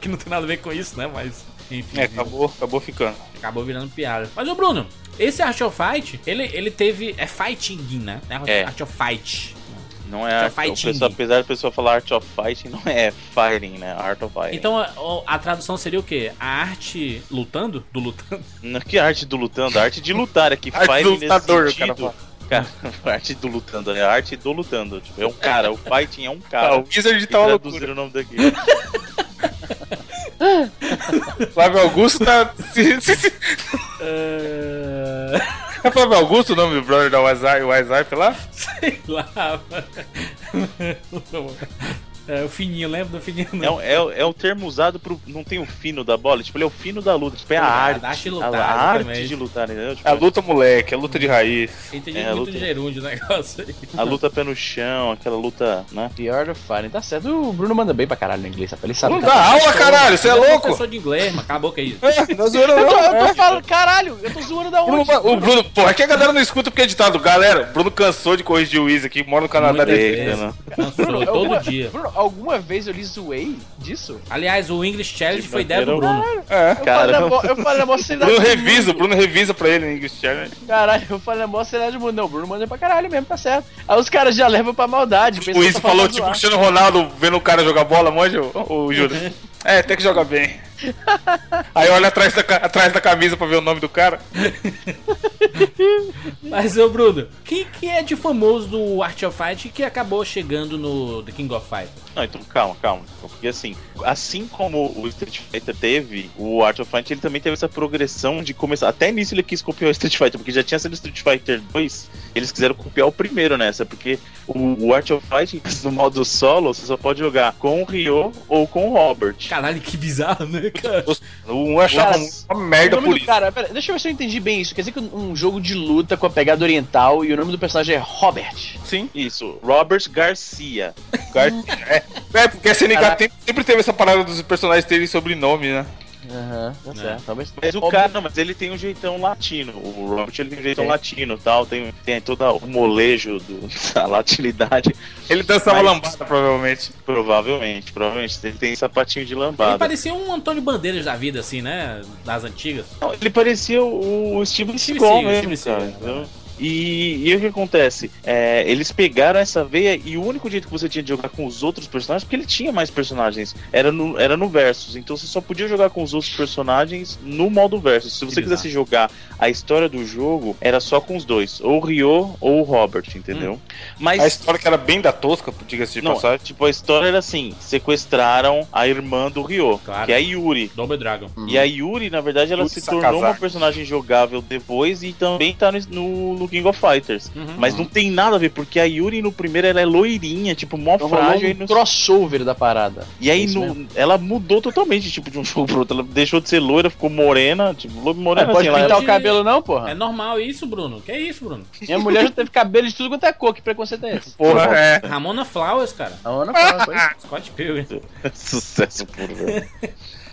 A: que não tem nada a ver com isso, né? Mas, enfim.
C: É, acabou, acabou ficando.
A: Acabou virando piada. Mas o Bruno, esse Art of Fight, ele, ele teve. É fighting, né?
F: É.
A: Art of Fight.
F: Não
A: Art
F: é
A: of Tá Fighting.
F: o pessoal- apesar do pessoal falar Art of Fighting, não é Fighting, né? Art of Fighting.
A: Então a, a tradução seria o quê? A arte lutando? Do lutando?
F: Não, que arte do lutando? A arte de lutar é que
C: Arte do
F: fighting
C: lutador,
F: nesse
C: o
F: sentido.
C: cara
F: Cara, a arte do lutando, né? A arte do lutando. Tipo, é um cara, o fighting é um
C: Ah,
F: cara.
C: o Wizard
F: E
C: tá uma loucura.
F: traduziram o nome daqui.
C: Flávio Augusto tá. se- se- se- É Flávio Augusto o nome do brother da WhatsApp, WhatsApp lá?
A: Sei lá. mano. É, o fininho, lembra do fininho?
F: É, o- é, o- é o termo usado pro. Não tem o fino da bola, tipo, ele é o fino da luta. Tipo, é a
A: Ah,
F: arte.
A: da arte de
F: a-
A: lutar,
F: a arte
A: exatamente.
F: de lutar, entendeu? Tipo,
C: É a luta moleque, é a luta de raiz.
A: Entendi
F: é,
A: muito
F: luta.
A: gerúndio o negócio aí.
F: a luta pé no chão, aquela luta, né?
B: The Art of Fighting. Tá certo, o Bruno manda bem pra caralho no inglês, rapaz. Ele sabe.
C: Não
B: cara.
C: dá aula, caralho, você é louco?
A: Professor de inglês, mas acabou que é isso.
C: Não é zoeira,
B: Eu tô,
C: não.
B: eu tô falando, caralho, eu tô zoando da
C: Bruno,
B: onde?
C: o Bruno, porra, é que a galera não escuta porque é ditado. Galera, o Bruno cansou de corrigir o Wiz aqui, mora no Canadá
A: Muitas
C: dele.
A: vezes.
F: né?
A: Cansou,
B: eu-
A: todo dia.
B: Bruno, alguma vez eu lhe zoei disso?
A: Aliás, o English Challenge
F: De
A: foi ideia do
F: maneira
A: Bruno.
C: É.
B: Eu falei, na
F: Caramba.
B: mó- eu falei na mó seriedade
C: Bruno
B: do
C: revisa, o
B: mundo.
C: Bruno revisa pra ele em English Challenge.
B: Caralho, eu falei na mó seriedade do mundo. Não, o Bruno manda pra caralho mesmo, tá certo. Aí os caras já levam pra maldade.
C: O
B: pensam que
C: Wiz
B: tá
C: falou
B: falando
C: tipo o
B: zoar.
C: Cristiano Ronaldo vendo o cara jogar bola, manja o, o Júlio. É, até que joga bem. Aí olha atrás da, ca- atrás da camisa pra ver o nome do cara.
A: Mas, ô Bruno, o que, que é de famoso do Art of Fight que acabou chegando no The King of Fight?
F: Não, então calma, calma. Porque assim, assim como o Street Fighter teve, o Art of Fight ele também teve essa progressão de começar. Até nisso ele quis copiar o Street Fighter, porque já tinha sido Street Fighter 2, eles quiseram copiar o primeiro nessa, porque o, o Art of Fight, no modo solo, você só pode jogar com o Ryo ou com o Robert.
A: Caralho, que bizarro, né, cara?
C: Um achava
B: Nossa.
C: uma merda
B: o
C: por
B: nome do
C: isso.
B: cara, pera, deixa eu ver se eu entendi bem isso. Quer dizer que um um jogo de luta com a pegada oriental e o nome do personagem é Robert.
C: Sim.
F: Isso, Robert Garcia.
C: É, é porque a SNK
B: Caraca.
C: tem- sempre teve essa parada dos personagens terem sobrenome, né?
B: Aham, tá certo. Talvez.
F: Mas o cara, não, mas ele tem um jeitão latino. O Robert ele tem um jeitão
B: É.
F: latino tal, tem, tem todo o molejo do- da latinidade.
C: Ele dançava
F: Mas-
C: lambada, provavelmente.
F: Provavelmente, provavelmente. Ele tem sapatinho de
A: Ele
F: lambada. Ele,
A: parecia um Antônio Bandeiras da vida, assim, né? Das antigas.
F: ele parecia o o Steven
A: Steven
F: Seagal
A: Seagal,
F: mesmo,
A: Steven
F: cara.
A: Seagal,
F: entendeu? E, e o que acontece? É, eles pegaram essa veia e o único jeito que você tinha de jogar com os outros personagens, porque ele tinha mais personagens, era no, era no Versus. Então você só podia jogar com os outros personagens no modo Versus. Se você
A: Que bizarro.
F: quisesse jogar a história do jogo, era só com os dois, ou o Ryo ou o Robert, entendeu?
A: Hum.
F: Mas
C: A história que era bem da tosca, diga-se de
F: Não,
C: passagem.
F: tipo, a história era assim: sequestraram a irmã do Ryo,
A: Claro.
F: que é a Yuri.
A: Double Dragon.
F: E a Yuri, na verdade, ela
C: Yuri
F: se
C: Sakazaki.
F: tornou uma personagem jogável depois e também tá no, no, no King of Fighters.
A: Uhum.
F: Mas não tem nada a ver, porque a Yuri no primeiro ela é loirinha, tipo, mó
B: Então rolou
F: frágil. e
B: um
F: não-
B: crossover da parada.
F: E aí
B: Isso
F: no- ela mudou totalmente, tipo, de um jogo pro outro. Ela deixou de ser loira, ficou morena, tipo, lo-
B: Não
F: morena
B: É, pode
F: assim, ela...
B: pintar
A: hoje-
B: o cabelo, não,
A: É
B: porra?
A: normal isso, Bruno? Que é isso, Bruno?
B: Minha mulher já teve cabelo de tudo quanto é cor, que preconceito é esse?
C: Porra, é.
A: Ramona Flowers, cara.
B: A Ana fala, pois.
A: Scott Pilgrim.
F: Sucesso puro, velho.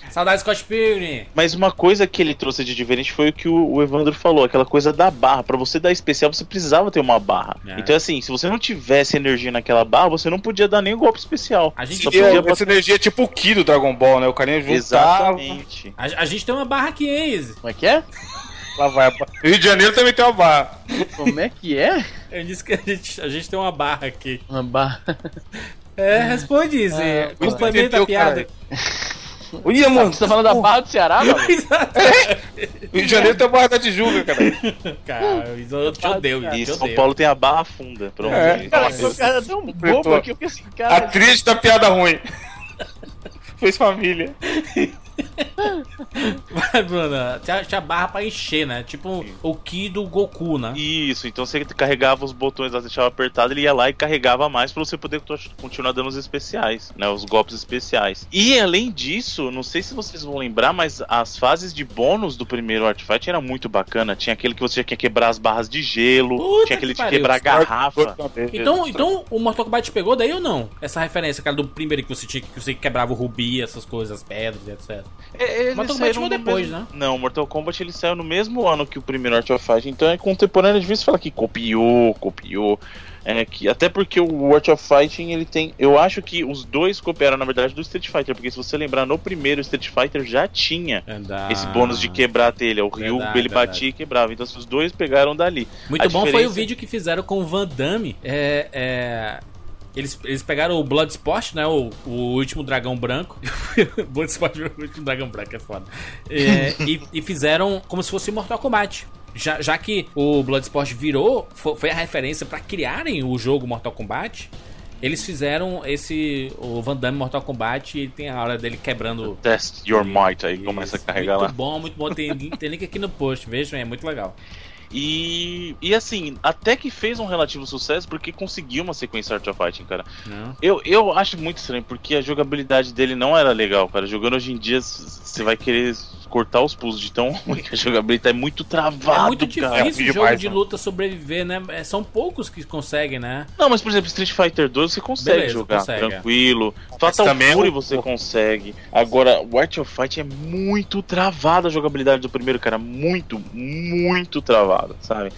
A: Saudades Scott Pilgrim.
F: Mas uma coisa que ele trouxe de diferente foi o que o, o Evandro falou, aquela coisa da barra. Pra você dar especial, você precisava ter uma barra.
A: É.
F: Então, assim, se você não tivesse energia naquela barra, você não podia dar nem o golpe especial.
A: A gente
F: Só
A: deu-
F: podia
C: E essa energia é tipo o Ki do Dragon Ball, né? O carinha juntava.
F: Exatamente.
A: A, a gente tem uma barra aqui, hein, Izzy?
B: Como é que é?
C: Lá vai a barra. Rio de Janeiro também tem uma barra.
B: Como é que é?
A: Eu disse que a gente, a gente tem uma barra aqui.
B: Uma barra.
A: É, responde, Izzy.
F: É,
B: Ah,
A: Complementa a
C: entendeu,
A: piada.
C: Ih, mano,
B: Você tá falando da barra do Ceará, mano?
A: Exato.
C: Rio de Janeiro tem a barra da Tijuca, cara.
A: Cara, Izzy, eu te odeio,
F: E
A: Izzy. eu te
F: São
A: odeio.
F: Paulo tem a barra funda. Pronto.
C: É.
B: Cara, essa piada é tão boba que eu fiquei assim,
C: A
B: cara.
C: triste da piada ruim. Fez família.
A: Vai, Bruna. Tinha, tinha barra pra encher, né? Tipo o Ki do Goku, né?
F: Isso, então você carregava os botões lá, deixava apertado, ele ia lá e carregava mais pra você poder to- continuar dando os especiais, né? Os golpes especiais. E além disso, não sei se vocês vão lembrar, mas as fases de bônus do primeiro Artifact era muito bacana. Tinha aquele que você tinha que quebrar as barras de gelo,
A: Puta
F: tinha aquele
A: que
F: de
A: pariu,
F: quebrar garrafa.
A: Então, então o Mortal Kombat pegou daí ou não? Essa referência, cara, do primeiro que você tinha que você quebrava o rubi, essas coisas, as pedras, etc.
F: É, eles
A: Mortal Kombat
F: saíram
A: veio
F: no
A: depois,
F: mesmo-
A: né?
F: Não, Mortal Kombat ele saiu no mesmo ano que o primeiro Art of Fight, então é contemporâneo, difícil falar que copiou, copiou. É que, até porque o Art of Fighting ele tem. Eu acho que os dois copiaram, na verdade, do Street Fighter, porque se você lembrar, no primeiro Street Fighter já tinha. Esse bônus de quebrar a telha, o Ryu
A: Ah, Verdade,
F: ele
A: verdade.
F: batia e quebrava. Então, se os dois pegaram dali.
A: Muito
F: A
A: bom foi o
F: diferença-
A: vídeo que fizeram com o Van Damme. É, é, eles, eles pegaram o Bloodsport, né? O, o último dragão branco. Bloodsport é o último dragão branco, é foda. É, e, e fizeram como se fosse Mortal Kombat. Já, já que o Bloodsport virou, fo- foi a referência pra criarem o jogo Mortal Kombat. Eles fizeram esse. O Van Damme Mortal Kombat e tem a hora dele quebrando.
F: Test your might, aí começa a
A: Isso.
F: carregar
A: muito
F: lá.
A: bom, muito bom. Tem, tem link aqui no post, vejam, é muito legal.
F: E, e assim, até que fez um relativo sucesso porque conseguiu uma sequência Art of Fighting, cara.
A: Não.
F: Eu, eu acho muito estranho, porque a jogabilidade dele não era legal, cara. Jogando hoje em dia, c- você vai querer cortar os pulsos de tão ruim que a jogabilidade é muito travado,
A: É muito
F: cara. um.
A: difícil o jogo
C: demais,
A: de
C: né?
A: luta sobreviver, né? É, São poucos que conseguem, né?
F: Não, mas por exemplo, Street Fighter 2 você consegue
A: Beleza,
F: jogar
A: consegue, é.
F: tranquilo.
C: Mas
F: Fatal
C: também é um-
F: Fury você consegue. Agora, o Art of Fight é muito travado a jogabilidade do primeiro, cara. Muito, muito travado, sabe?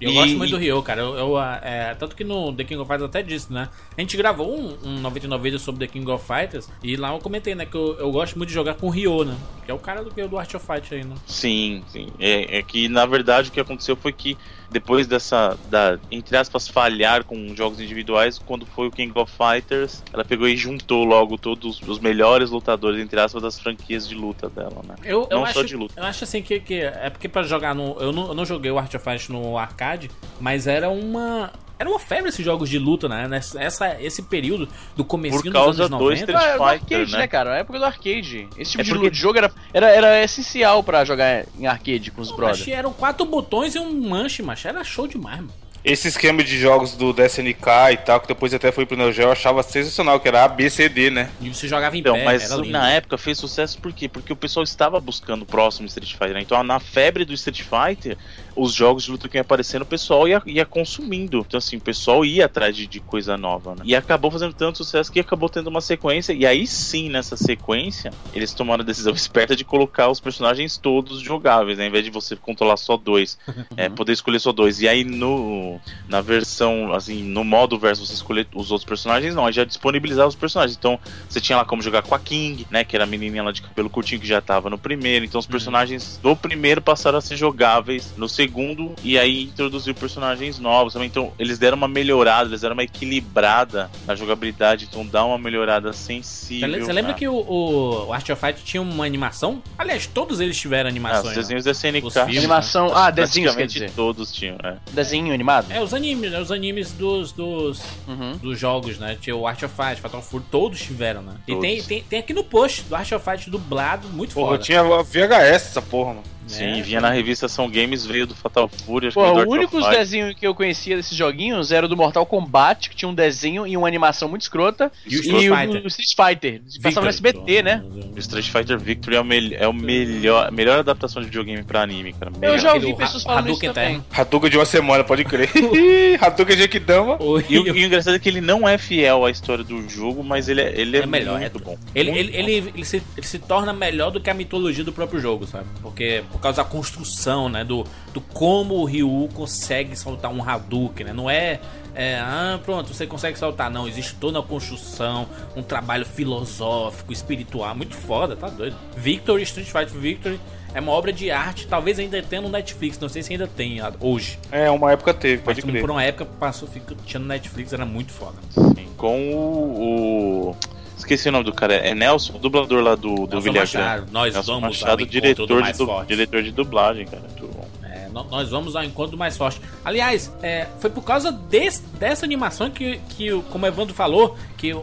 A: Eu
F: E-
A: gosto muito do Ryo, cara. Eu, eu, ah, é, tanto que no The King of Fighters até disse, né? A gente gravou um, um 99 vídeo sobre The King of Fighters e lá eu comentei, né? Que eu, eu gosto muito de jogar com o Ryo, né? Que é o cara do, do Art of Fight aí, né?
F: Sim, sim. É, é que na verdade o que aconteceu foi que depois dessa, da, entre aspas, falhar com jogos individuais, quando foi o King of Fighters, ela pegou e juntou logo todos os melhores lutadores, entre aspas, das franquias de luta dela, né?
A: Eu, eu
F: Não
A: acho,
F: só de luta.
A: Eu acho assim que, que é porque pra jogar no. Eu não, eu não joguei o Art of Fight no arcade, mas era uma. Era uma febre esses jogos de luta, né? Nessa, essa- esse período do comecinho dos anos
F: causa dos
A: 90.
F: Street
B: Ah, é do
F: Fighter,
B: arcade, né?
F: né,
B: cara? Na época do arcade. Esse tipo
F: É
B: de
F: porque-
B: de jogo era, era, era essencial pra jogar em arcade com os
A: Pô,
B: brothers.
A: macho, eram quatro botões e um manche, macho. Era show demais, mano.
C: Esse esquema de jogos do DSNK e tal, que depois até foi pro Neo Geo, eu achava sensacional, que era ABCD, né?
A: E você jogava em
F: Então,
A: pé,
F: mas
A: era lindo.
F: na época fez sucesso por quê? Porque o pessoal estava buscando o próximo Street Fighter. né? Então, na febre do Street Fighter, os jogos de luta que iam aparecendo, o pessoal ia, ia consumindo. Então, assim, o pessoal ia atrás de, de coisa nova, né? E acabou fazendo tanto sucesso que acabou tendo uma sequência. E aí sim, nessa sequência, eles tomaram a decisão esperta de colocar os personagens todos jogáveis, né? Em vez de você controlar só dois, é,
A: Uhum.
F: poder escolher só dois. E aí no, na versão, assim, no modo verso, você escolher os outros personagens, não, aí já disponibilizava os personagens. Então, você tinha lá como jogar com a King, né? Que era a menininha lá de cabelo curtinho que já tava no primeiro. Então os
A: Uhum.
F: personagens do primeiro passaram a ser jogáveis no segundo. E aí introduziu personagens novos também. Então eles deram uma melhorada, eles deram uma equilibrada na jogabilidade. Então dá uma melhorada
A: Você
F: sensível.
A: le- você lembra
F: né?
A: que o, o- o Art of Fight tinha uma animação? Aliás, todos eles tiveram
F: Ah, os
A: animações. né?
F: desenhos da SNK.
A: Os filmes,
B: Animação. Ah, desenhos, quer
F: praticamente
B: dizer.
F: todos tinham, né?
B: Desenho animado?
A: É, os animes, né? Os animes dos, dos,
B: Uhum.
A: dos jogos, né? Tinha o Art of Fight, Fatal Fury, todos tiveram, né? E
F: Todos.
A: tem, tem, tem aqui no post do Art of Fight dublado, muito
C: Porra, eu
A: foda.
C: tinha a VHS essa porra, mano.
A: né?
F: Sim, vinha na revista São Games, veio do Fatal Fury. Acho
B: Pô,
F: que veio
B: o
F: do Art of
B: único
F: Fight.
B: desenho que eu conhecia desses joguinhos era o do Mortal Kombat, que tinha um desenho e uma animação muito escrota.
A: E o Street
B: E
A: Fighter.
B: o Street Fighter. Passava no SBT, né?
F: O Street Fighter Victory é, o mel- é o melhor, a melhor adaptação de videogame pra anime, cara.
B: Eu
F: Melhor.
B: já
A: Aquele
B: ouvi
A: Ha-
B: pessoas falando isso
A: Hadouken
B: também.
C: Hadouken de uma semana, pode crer. Ih, Hadouken de Akidama.
A: O-
F: E o, e o engraçado é que ele não é fiel à história do jogo, mas ele é, ele é,
A: É melhor,
F: muito
A: é.
F: bom.
A: Ele,
F: Muito
A: ele,
F: bom.
A: ele, ele se, ele se torna melhor do que a mitologia do próprio jogo, sabe? Porque por causa da construção, né? Do, do como o Ryu consegue soltar um Hadouken, né? Não é, é, ah, pronto, você consegue soltar. Não, existe toda uma construção, um trabalho filosófico, espiritual, muito foda, tá doido. Victory, Street Fighter Victory é uma obra de arte, talvez ainda tenha no Netflix, não sei se ainda tem ah, hoje.
C: É, uma época teve,
A: Mas
C: pode
A: como por
C: crer.
A: uma época passou, ficou- tinha no Netflix, era muito foda.
F: Sim, Com o, o- Esqueci o nome do cara. É Nelson, o dublador lá do, do
A: Nelson
F: Vilhagrande.
A: Machado, nós
F: Nelson
A: vamos ao
F: Machado,
A: encontro
F: diretor
A: do
F: de,
A: mais
F: du-
A: forte.
F: diretor de dublagem, cara. Muito bom.
A: É, no- nós vamos ao encontro do mais forte. Aliás, é, foi por causa desse- dessa animação que, que, o- como o Evandro falou, que o,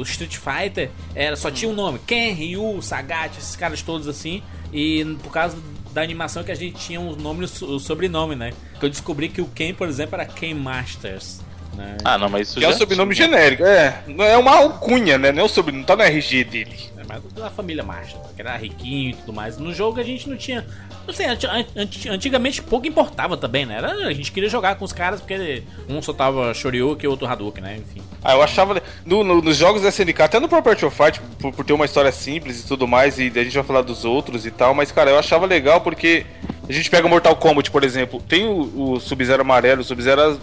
A: o Street Fighter era, só tinha um nome: Ken, Ryu, Sagat, esses caras todos assim. E por causa da animação que a gente tinha os nomes e o sobrenome, né? Que eu descobri que o Ken, por exemplo, era Ken Masters. Né?
F: Ah, não, mas isso
C: Que é
F: já
C: o sobrenome
F: tinha.
C: genérico. É, não é uma alcunha, né? Não é o sobrenome, não tá no RG dele.
A: né, mas da família Marcha, que era riquinho e tudo mais. No jogo a gente não tinha. Não sei, anti- anti- antigamente pouco importava também, né? Era- a gente queria jogar com os caras porque um soltava Shoryuken e outro Hadouken, né? Enfim.
C: Ah, eu achava. no- no- nos jogos da SNK, até no próprio Art of Fight, por, por ter uma história simples e tudo mais, e a gente vai falar dos outros e tal, mas, cara, eu achava legal porque a gente pega o Mortal Kombat, por exemplo, tem o, o Sub-Zero amarelo, o Sub-Zero az-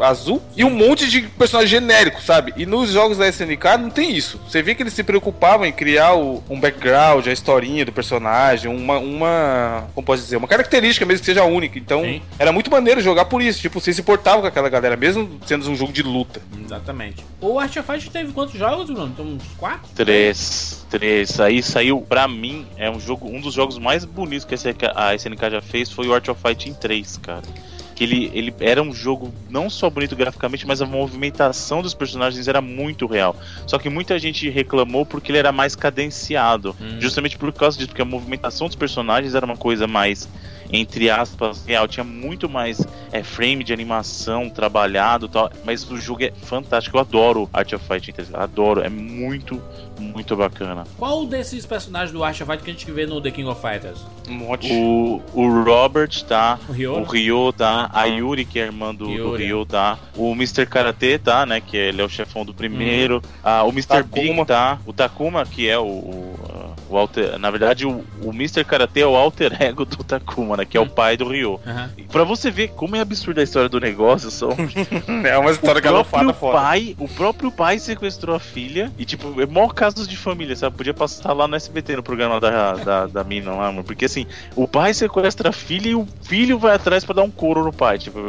C: azul e um monte de personagem genérico, sabe? E nos jogos da SNK não tem isso. Você vê que eles se preocupavam em criar o- um background, a historinha do personagem, uma, uma. Como posso dizer? Uma característica mesmo que seja única. Então,
A: Sim.
C: era muito maneiro jogar por isso. Tipo, você se importava com aquela galera, mesmo sendo um jogo de luta.
A: Exatamente. O Art of Fight teve quantos jogos, Bruno? Tem uns quatro?
F: Três, três. Aí saiu, pra mim, é um jogo, um dos jogos mais bonitos que a SNK a SNK já fez foi o Art of Fighting 3, cara. Que ele, ele era um jogo não só bonito graficamente, mas a movimentação dos personagens era muito real. Só que muita gente reclamou porque ele era mais cadenciado. Justamente por causa disso, porque a movimentação dos personagens era uma coisa mais, entre aspas, real. Tinha muito mais é, frame de animação trabalhado e tal. Mas o jogo é fantástico. Eu adoro Art of Fighting 3. Adoro. É muito, muito bacana.
A: Qual desses personagens do Art of Fight que a gente vê no The King of Fighters?
C: Um monte.
F: O, o Robert tá.
A: O Ryo?
F: O Ryo tá. A Yuri, que é a irmã do, do
A: Yuri.
F: Ryo, tá. O Mr. Karate tá, né? Que ele é o chefão do primeiro. Ah, o Mr. Big
C: Takuma.
F: tá. O Takuma, que é o. o, ah, o alter- na verdade, o, o Mr. Karate é o alter ego do Takuma, né? Que é o pai do Ryo.
A: Aham.
F: E Pra você ver como é absurda a história do negócio, só
C: É uma história
F: o próprio
C: galofada foda.
F: pai, o próprio pai sequestrou a filha e, tipo, é maior casos de família, sabe? Podia passar lá no SBT no programa da, da, da mina lá, mano. Porque assim, o pai sequestra a filha e o filho vai atrás pra dar um couro no pai. Tipo,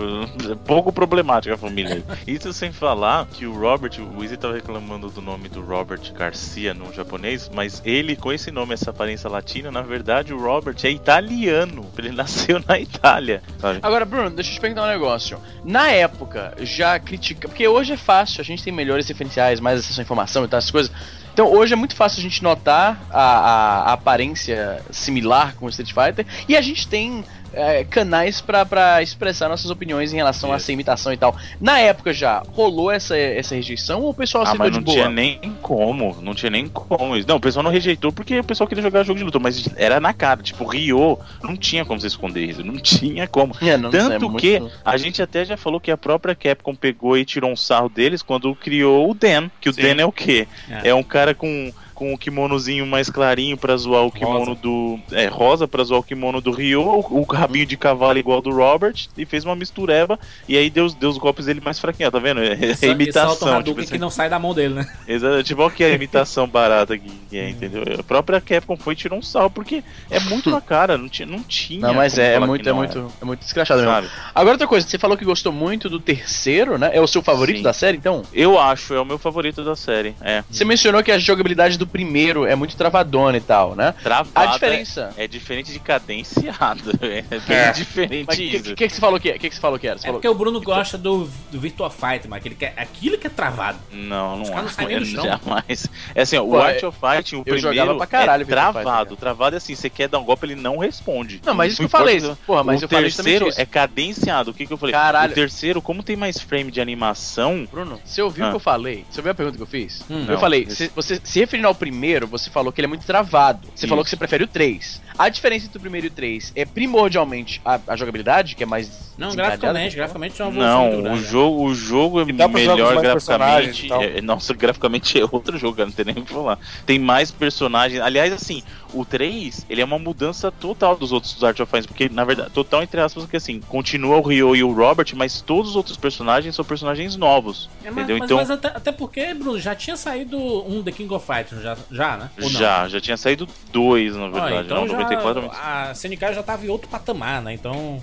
F: é pouco problemática a família. Isso sem falar que o Robert, o Izzy tava reclamando do nome do Robert Garcia no japonês, mas ele, com esse nome, essa aparência latina, na verdade, o Robert é italiano. Ele nasceu na Itália, sabe?
B: Agora, Bruno, deixa eu te perguntar um negócio. Na época, já critica. Porque hoje é fácil, a gente tem melhores referenciais, mais acesso à informação e tal, essas coisas. Então hoje é muito fácil a gente notar a, a- a aparência similar com o Street Fighter. E a gente tem é, canais pra- pra expressar nossas opiniões em relação a essa imitação e tal. Na época já, rolou essa, essa rejeição ou o pessoal
F: Ah,
B: aceitou
F: mas
B: de
F: não
B: boa?
F: tinha nem como, não tinha nem como. Não, o pessoal não rejeitou porque o pessoal queria jogar jogo de luta, mas era na cara. Tipo, Rio, não tinha como você esconder isso, não tinha como.
B: É, não, não, é
F: Tanto
B: muito-
F: que a gente até já falou que a própria Capcom pegou e tirou um sarro deles quando criou o Dan. Que o
C: Sim.
F: Dan é o quê?
A: É.
F: É, um cara com, com o kimonozinho mais clarinho pra zoar o kimono do. É, rosa pra zoar o kimono do Ryo, o, o rabinho de cavalo igual ao do Robert, e fez uma mistureba, e aí deu, os- deu os golpes dele mais fraquinho, ó, tá vendo? É,
A: E só- e
F: é
A: solta um
F: imitação.
A: Hadouken
F: tipo assim.
A: que não sai da mão dele, né?
F: Exato, tipo, olha que a imitação barata que que
A: Hum.
F: é, entendeu? A própria Capcom foi e tirou um sal, porque é muito na cara, não tinha. Não, tinha
B: Não, mas
F: como
B: é, é
F: falar que
B: muito, é
F: não
B: muito, é muito
F: era,
B: escrachado mesmo.
F: sabe?
B: Agora outra coisa, você falou que gostou muito do terceiro, né? É o seu favorito
F: Sim.
B: da série, então?
F: Eu acho, é o meu favorito da série. É.
B: Você mencionou que a jogabilidade do primeiro é muito travadona e tal, né?
F: Travada.
B: A diferença.
F: É diferente de cadenciado. É bem
C: É.
F: diferente
B: Mas o que,
F: isso.
B: que, que você falou que, que, que você falou que era? Você
A: É
B: falou-
A: porque o Bruno gosta do, do Virtua Fighter, mas aquele que é, aquilo que é travado.
F: Não, não
A: caras não
F: acho.
A: saem nem
F: eu
A: do chão.
F: jamais. É assim, ó,
B: Pô,
F: o Art of Fighting, o
B: eu
F: primeiro
B: jogava pra caralho
F: é
B: Virtua Fighter,
F: travado.
B: cara.
F: Travado é assim, você quer dar um golpe, ele não responde.
B: Não, mas isso que eu
F: importa
B: falei.
F: o
B: Porra, mas
F: o
B: eu falei
F: terceiro
B: justamente isso.
F: é cadenciado. O que, que eu falei?
B: Caralho.
F: O terceiro, como tem mais frame de animação,
B: Bruno, você ouviu o
F: Ah.
B: que eu falei? Você ouviu a pergunta que eu fiz?
A: Hum.
B: eu
F: Não.
B: falei, se, você se referindo ao primeiro, você falou que ele é muito travado. Você
F: Isso.
B: falou que você prefere o 3. A diferença entre o primeiro e o 3 é primordialmente a, a jogabilidade, que é mais.
A: Não,
B: desencadeada. né?
A: graficamente, graficamente é uma evolução muito
F: Não, o
A: grande.
F: jogo, o jogo é
C: E dá pra jogos
F: melhor
C: mais personagens então. e
F: graficamente.
C: tal.
F: É, nossa, graficamente é outro jogo, cara, não tem nem o que falar. Tem mais personagens. Aliás, assim, o 3, ele é uma mudança total dos outros dos Art of Fighters, porque, na verdade, total entre aspas, porque assim, continua o Ryo e o Robert, mas todos os outros personagens são personagens novos.
A: É, mas,
F: entendeu?
A: mas-
F: então,
A: mas até, até porque, Bruno, já tinha saído um The King of Fighters, já, já né? Ou não?
F: já, já tinha saído dois, na
A: Ó,
F: verdade.
A: então
F: não, 94, mas-
A: já, a CNK já tava em outro patamar, né? Então.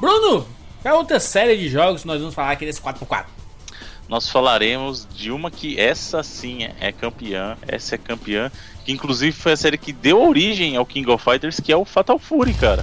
A: Bruno, qual é outra série de jogos que nós vamos falar aqui nesse 4x4?
F: nós falaremos de uma que essa sim é campeã, essa é campeã, que inclusive foi a série que deu origem ao King of Fighters, que é o Fatal Fury, cara.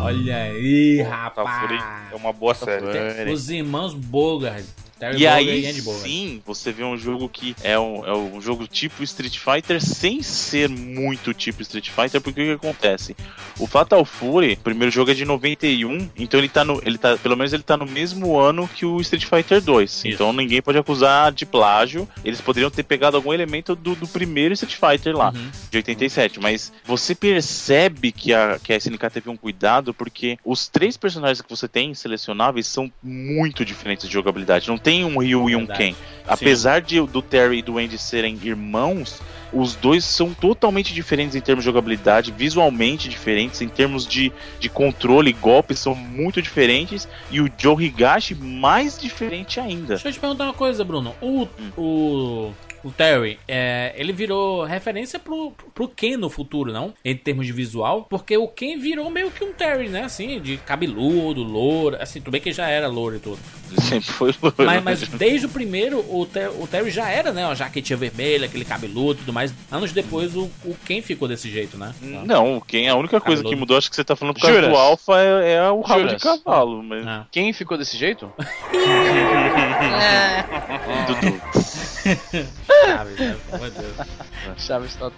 A: Olha aí,
F: Tá
C: Fatal Fury
A: rapaz.
C: é uma boa série.
A: Os irmãos Bogard. Terry
F: E
A: Bogard
F: aí
A: Andy Bogard.
F: sim, você vê um jogo que é um, é um jogo tipo Street Fighter, sem ser muito tipo Street Fighter, porque o que acontece? O Fatal Fury, o primeiro jogo é de 91, então ele tá no. Ele tá, pelo menos ele tá no mesmo ano que o Street Fighter 2. Então ninguém pode acusar de plágio. Eles poderiam ter pegado algum elemento do, do primeiro Street Fighter lá,
A: Uhum.
F: de 87. Mas você percebe que a, que a SNK teve um cuidado, porque os três personagens que você tem selecionáveis são muito diferentes de jogabilidade. Não tem um Ryu e um
A: Verdade.
F: Ken. Apesar de, do Terry e do Andy serem irmãos, os dois são totalmente diferentes em termos de jogabilidade, visualmente diferentes, em termos de, de controle e golpes são muito diferentes, e o Joe Higashi mais diferente ainda.
A: Deixa eu te perguntar uma coisa, Bruno. O, o, o Terry, é, ele virou referência pro, pro Ken no futuro, não? Em termos de visual. Porque o Ken virou meio que um Terry, né? Assim, de cabeludo, louro. Assim, tudo bem que já era louro e tudo.
F: Ele sempre foi né? loiro.
A: Mas, mas desde o primeiro, o, Ter- o Terry já era, né? Uma jaquetinha vermelha, aquele cabeludo e tudo mais. Anos depois, o, o Ken ficou desse jeito, né?
F: Não, o Ken, a única coisa
A: Cabeludo.
F: que mudou, acho que você tá falando por causa
B: Juras?
F: do Alpha, é, é o rabo
B: Juras?
F: de cavalo, mas...
A: Ah.
B: Quem ficou desse jeito?
F: Dudu,
A: Sabe, né? Meu Deus.
B: Chaves tá...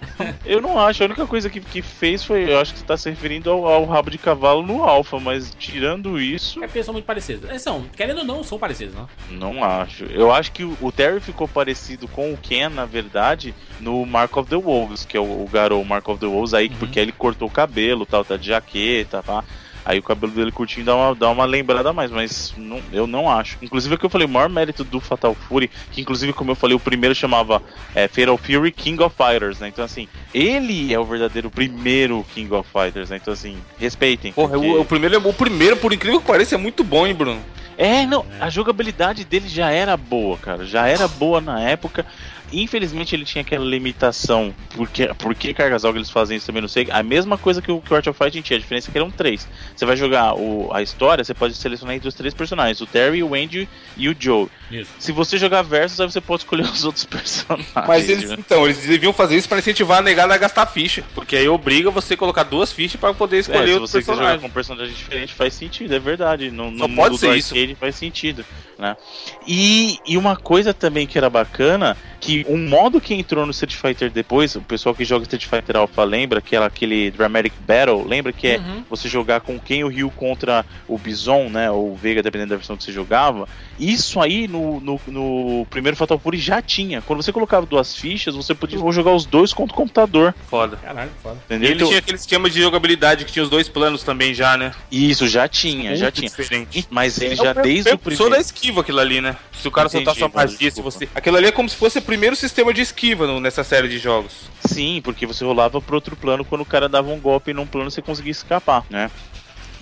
F: Eu não acho, a única coisa que, que fez foi, eu acho que você tá se referindo ao, ao rabo de cavalo no Alpha, mas tirando isso...
A: É porque são muito parecidos. Eles são, querendo ou não, são parecidos, né?
F: Não acho. Eu acho que o- o Terry ficou parecido com o Ken, na verdade, no Mark of the Wolves, que é o, o garoto Mark of the Wolves aí,
A: Uhum.
F: porque ele cortou o cabelo, tal, tá de jaqueta, tá? Aí o cabelo dele curtinho dá uma, dá uma lembrada a mais, mas não- eu não acho. Inclusive, é o que eu falei, o maior mérito do Fatal Fury, que inclusive, como eu falei, o primeiro chamava é, Fatal Fury King of Fighters, né? Então, assim, ele é o verdadeiro primeiro King of Fighters, né? Então, assim, respeitem.
C: Porra,
F: porque-
C: o, o primeiro, é- o primeiro, por incrível que pareça, é muito bom, hein, Bruno?
F: é, não, a jogabilidade dele já era boa, cara. Já era boa na época. Infelizmente ele tinha aquela limitação. Por que, por que cargas algas eles fazem isso também, não sei. A mesma coisa que o, que o Art of Fighting tinha, a diferença é que eram três. Você vai jogar o- a história, você pode selecionar entre os três personagens: o Terry, o Andy e o Joe.
A: Isso.
F: Se você jogar versus, aí você pode escolher os outros personagens.
C: Mas eles, então, eles deviam fazer isso pra incentivar a negada a gastar ficha. Porque aí obriga você a colocar duas fichas pra poder
F: É,
C: escolher
F: se
C: o
F: você quiser jogar
C: personagem.
F: com um personagem diferente, faz sentido, é verdade. No, no
C: Só
F: mundo
C: pode
F: do
C: ser isso.
F: arcade faz sentido, né? E, e uma coisa também que era bacana, que um modo que entrou no Street Fighter depois, o pessoal que joga Street Fighter Alpha lembra, que era aquele Dramatic Battle, lembra que é
A: Uhum.
F: você jogar com quem o Ryu contra o Bison, né? Ou o Vega, dependendo da versão que você jogava. Isso aí no, no, no primeiro Fatal Fury já tinha. Quando você colocava duas fichas, você podia jogar os dois contra o computador.
C: Foda.
A: Caralho, foda.
C: E
F: Entendeu?
C: ele
F: Então-
C: tinha aquele esquema de jogabilidade que tinha os dois planos também já, né?
F: Isso, já tinha, já
C: Muito
F: tinha.
C: Diferente.
F: Mas ele já desde o
C: precursor da
F: primeiro.
C: esquiva aquilo ali, né? Se o cara
F: Entendi,
C: soltar sua
F: mano,
C: magia, se
F: desculpa.
C: você... Aquilo ali é como se fosse o primeiro sistema de esquiva no- nessa série de jogos.
F: Sim, porque você rolava pro outro plano quando o cara dava um golpe num plano você conseguia escapar, né?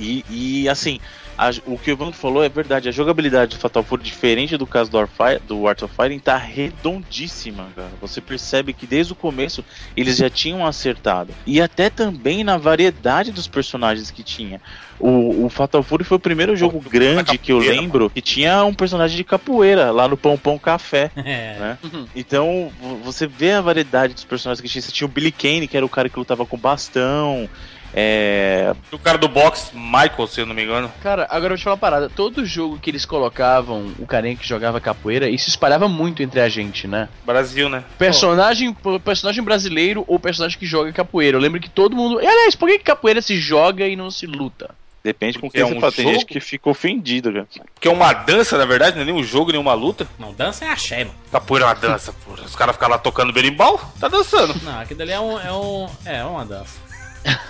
F: E, e assim, a- o que o Evandro falou é verdade. A jogabilidade do Fatal Fury, diferente do caso do, Arfi- do Art of Fighting, tá redondíssima, cara. Você percebe que desde o começo eles já tinham acertado. E até também na variedade dos personagens que tinha. O, o Fatal Fury foi o primeiro jogo grande que eu
C: capoeira,
F: lembro que tinha um personagem de capoeira lá no Pão Pão Café.
A: É.
F: Então, vo- você vê a variedade dos personagens que tinha. Você tinha o Billy Kane, que era o cara que lutava com bastão. É.
C: O cara do box, Michael, se eu não me engano.
B: Cara, agora eu vou te falar uma parada. Todo jogo que eles colocavam o carinha que jogava capoeira, isso espalhava muito entre a gente, né?
C: Brasil, né?
B: Personagem, p- personagem brasileiro ou personagem que joga capoeira. Eu lembro que todo mundo. E, aliás, por que que capoeira se joga e não se luta?
F: Depende com
C: Porque
F: quem
C: é
F: você
C: um
F: fala. Tem
C: jogo?
F: gente que fica ofendido, já.
C: Que é uma dança, na verdade, não é nem um jogo, nem uma luta.
A: Não, dança é axé, mano.
C: Capoeira é uma dança, porra. Os caras ficam lá tocando berimbau, tá dançando.
A: Não, aquilo ali é um. É, um, é uma dança.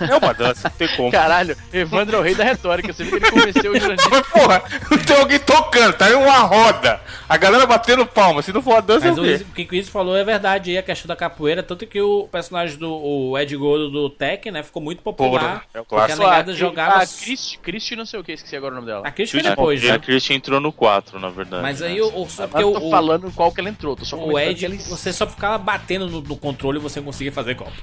C: É uma dança, não tem como.
B: Caralho, Evandro é o rei da retórica. Você viu que ele convenceu o Jurandir.
C: Mas, porra, não tem alguém tocando, tá em uma roda. A galera batendo palma. Se não for uma dança,
A: Mas
C: eu
A: o,
C: vi.
A: o que o Chris falou é verdade aí, a questão da capoeira. Tanto que o personagem do o Ed Gordo do Tekken, né, ficou muito popular.
C: Porra, é o
A: porque a
C: clássico.
A: negada jogava.
B: Ah, Christy, Christy não sei o que, esqueci agora o nome dela.
A: A Chris
C: tipo
A: foi depois,
F: É, a
A: né?
F: Christian entrou no 4, na verdade.
A: Mas
F: né?
A: aí o, o, só porque
B: Mas eu tô
A: o, o,
B: falando qual que ela entrou, tô só
A: o
B: comentando
A: Ed,
B: que ela-
A: você só ficava batendo no, no controle e você não conseguia fazer golpe.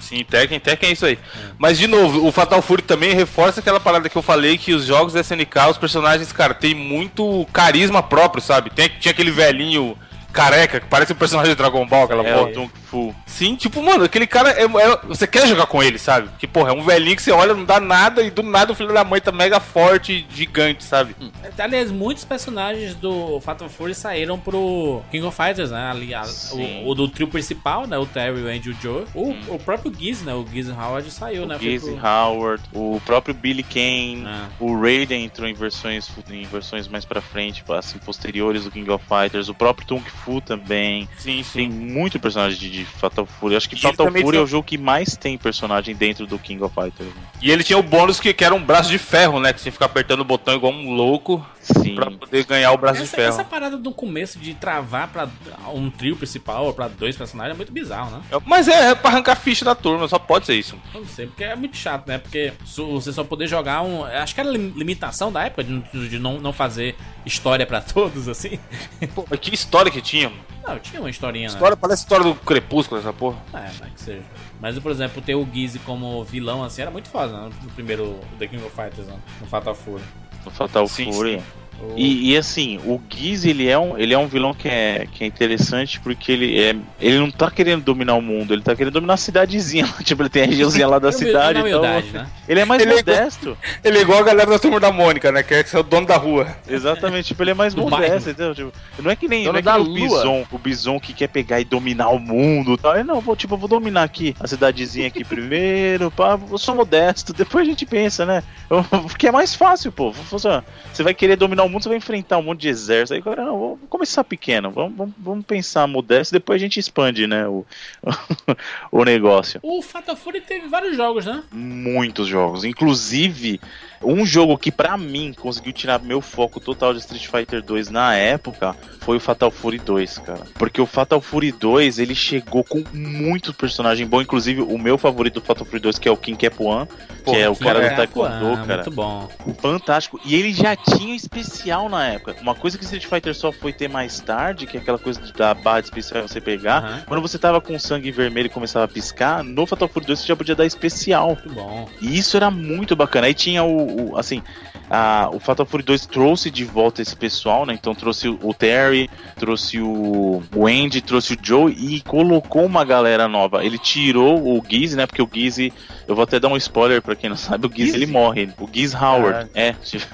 C: Sim, Tekken, Tekken é isso aí. Mas, de novo, o Fatal Fury também reforça aquela parada que eu falei que os jogos da SNK, os personagens, cara, tem muito carisma próprio, sabe? Tem, tinha aquele velhinho careca que parece um personagem de Dragon Ball, aquela
F: É
C: porra.
F: o Kung Fu.
C: Sim, tipo, mano, aquele cara, é, é- você quer jogar com ele, sabe? Porque, porra, é um velhinho que você olha, não dá nada, e do nada o filho da mãe tá mega forte, gigante, sabe?
A: Aliás, muitos personagens do Fatal Fury saíram pro King of Fighters, né? Ali, a-
F: Sim.
A: o, o do trio principal, né? O Terry, o Andy e o Joe. O, o próprio Giz, né? O Giz Howard saiu, né?
F: O
A: Foi
F: Gizzy
A: pro-
F: Howard, o próprio Billy Kane,
C: Né.
A: Ah.
F: o Raiden entrou em versões, fu- em versões mais pra frente, assim, posteriores do King of Fighters, o próprio Kung Fu também.
C: Sim,
F: Tem muito personagem de, de Fatal Fury. Eu Acho que
C: E ele
F: Fatal
C: também
F: Fury
C: tem-
F: é o jogo que mais tem personagem dentro do King of Fighters. né?
C: E ele tinha o bônus que, que era um braço de ferro, né? Que você fica apertando o botão igual um louco
F: Sim.
C: pra poder ganhar o braço de
A: Essa,
C: ferro.
A: essa parada do começo de travar pra um trio principal ou pra dois personagens é muito bizarro, né?
C: Mas é, é pra arrancar ficha da turma, só pode ser isso.
A: Eu não sei, porque é muito chato, né? Porque su- você só poder jogar um. Acho que era lim- limitação da época de, n- de não, não fazer história pra todos, assim.
C: Pô, mas que história que tinha, mano.
A: Não, tinha uma historinha, né?
C: História, parece história do Crepúsculo, essa porra.
A: É, não é que seja. Mas, por exemplo, ter o Gizzy como vilão, assim, era muito foda né? no primeiro The King of Fighters, né? no Fatal Fury.
F: No Fatal
C: Sim, sim.
F: Fury.
A: O-
F: E, e, assim, o Giz, ele é um, ele é um vilão que é, que é interessante porque ele é, ele não tá querendo dominar o mundo, ele tá querendo dominar a cidadezinha. tipo, ele tem a regiãozinha lá da
A: Era um
F: cidade.
A: vilão na
F: Então,
A: humildade, né?
F: ele é mais
C: Ele é-
F: modesto.
C: Ele é igual a galera da turma da Mônica, né? Que é, que é o dono da rua.
F: Exatamente, tipo, ele é mais
A: Do
F: modesto,
A: bairro.
F: entendeu? Tipo, não é que nem,
B: Dono
F: não é que
B: da
F: nem o
B: lua.
F: Bison, o Bison que quer pegar e dominar o mundo e tal. Ele, não, vou, tipo, eu vou dominar aqui a cidadezinha aqui primeiro, pá, eu sou modesto, depois a gente pensa, né? Eu- Porque é mais fácil, pô. Vou fazer uma- Você vai querer dominar o mundo, você vai enfrentar um monte de exército. Aí, cara, não, vou começar pequeno, vamos, vamos, vamos pensar modesto, depois a gente expande, né, o, o negócio
A: O Fatal Fury teve vários jogos, né?
F: muitos jogos. Inclusive, um jogo que pra mim conseguiu tirar meu foco total de Street Fighter 2 na época foi o Fatal Fury 2, cara. Porque o Fatal Fury 2, ele chegou com muito personagem bom, inclusive o meu favorito do Fatal Fury 2, que é o Kim Kepuan, que
C: Porra,
F: é o
C: Kim
F: cara do
A: Kakakuan,
F: Taekwondo,
A: Ah,
F: cara.
A: Muito bom.
F: Fantástico. E ele já tinha um especial na época. Uma coisa que Street Fighter só foi ter mais tarde, que é aquela coisa da barra de especial que você pegar.
A: Aham.
F: Quando você tava com sangue vermelho e começava a piscar, no Fatal Fury 2 você já podia dar especial.
A: Muito bom.
F: E isso era muito bacana. Aí tinha o, o- assim, a- o Fatal Fury 2 trouxe de volta esse pessoal, né? Então trouxe o o Terry, trouxe o, o Andy, trouxe o Joe e colocou uma galera nova. Ele tirou o Giz, né? Porque o Giz, eu vou até dar um spoiler pra quem não sabe, o Giz
B: Giz?
F: ele morre. O Giz Howard. É,
B: Deixa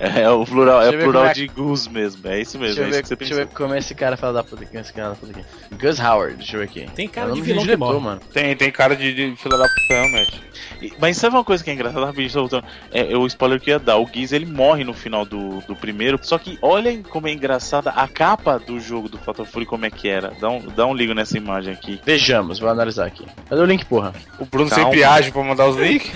F: é, é o plural, é
B: Ah. Deixa eu ver
F: plural
B: como é
F: de Goose mesmo. É isso mesmo,
B: eu
F: é
B: ver-
F: isso que você
B: deixa eu
F: pensou.
B: ver como é esse cara fala da puta aqui, esse cara da puta aqui. Gus Howard, deixa eu ver aqui.
A: Tem cara
B: É o
A: de
B: nome
A: vilão que
B: diretor,
A: morre.
B: mano.
C: Tem, tem cara de, de fila da puta, realmente.
F: E- Mas sabe uma coisa que é engraçada? Rapidinho, só voltando. É, é o spoiler que eu ia dar. O Giz ele morre no final do, do primeiro. Só que olhem como é engraçada a capa do jogo do Fatal Fury, como é que era. Dá um, dá um ligo nessa imagem aqui.
B: Vejamos, vou analisar aqui. Cadê o link, porra?
C: O Bruno
F: Calma.
C: sempre age pra mandar os links.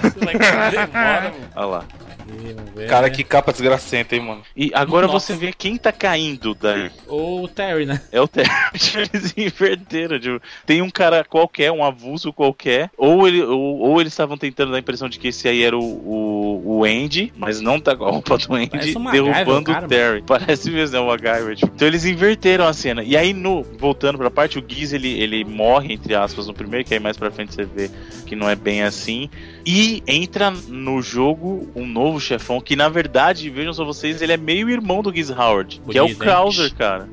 A: Demora, mano.
F: Olha lá.
A: Aqui, vamos ver.
C: Cara, que capa desgracenta, hein, mano.
F: E agora
A: Nossa.
F: você vê quem tá caindo daí.
A: O Terry, né?
F: É o Terry. Eles inverteram. Tipo, tem um cara qualquer, um avulso qualquer. Ou, ele, ou, ou eles estavam tentando dar a impressão de que esse aí era o, o, o Andy, mas não tá com a roupa do Andy,
A: Parece um MacGyver,
F: derrubando
A: cara,
F: o Terry. Parece mesmo, é o MacGyver. Tipo. Então eles inverteram a cena. E aí, no, voltando pra parte, o Giz ele, ele morre, entre aspas, no primeiro, que aí mais pra frente você vê que não é bem assim. E entra no jogo um novo chefão, que na verdade, vejam só vocês, ele é meio irmão do Giz Howard, que é
A: Bonito,
F: o
A: hein?
F: Krauser, cara.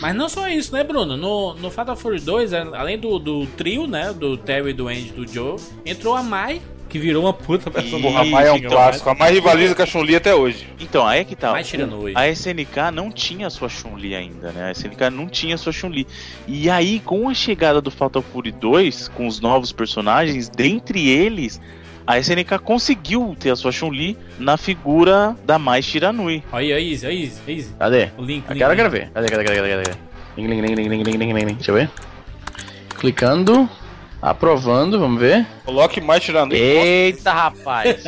A: Mas não só isso, né, Bruno? No, no Fatal Fury 2, a- além do, do trio, né? Do Terry, do Andy e do Joe, entrou a Mai, que virou uma puta
F: Ih,
A: personagem.
C: Porra, a Mai é um
F: Ih,
C: clássico. A Mai rivaliza com a Chun-Li um até hoje.
F: Então, aí é que tá.
A: Vai tirando oi.
F: A SNK não tinha sua Chun-Li ainda, né? A SNK não tinha sua Chun-Li. E aí, com a chegada do Fatal Fury 2, com os novos personagens, dentre eles, a SNK conseguiu ter a sua Chun-Li na figura da Mai Shiranui.
A: Aí, aí, Izzy, aí, Izzy, aí, Izzy.
B: Cadê?
A: O link,
B: Eu
A: link,
B: quero, eu
A: link.
B: quero ver. Cadê, cadê, cadê, cadê, cadê? Link, link, link, link, link, link, link, link, link, link. Deixa eu ver. Clicando. Aprovando, vamos ver.
C: Coloque mais tirando.
B: Eita, rapaz.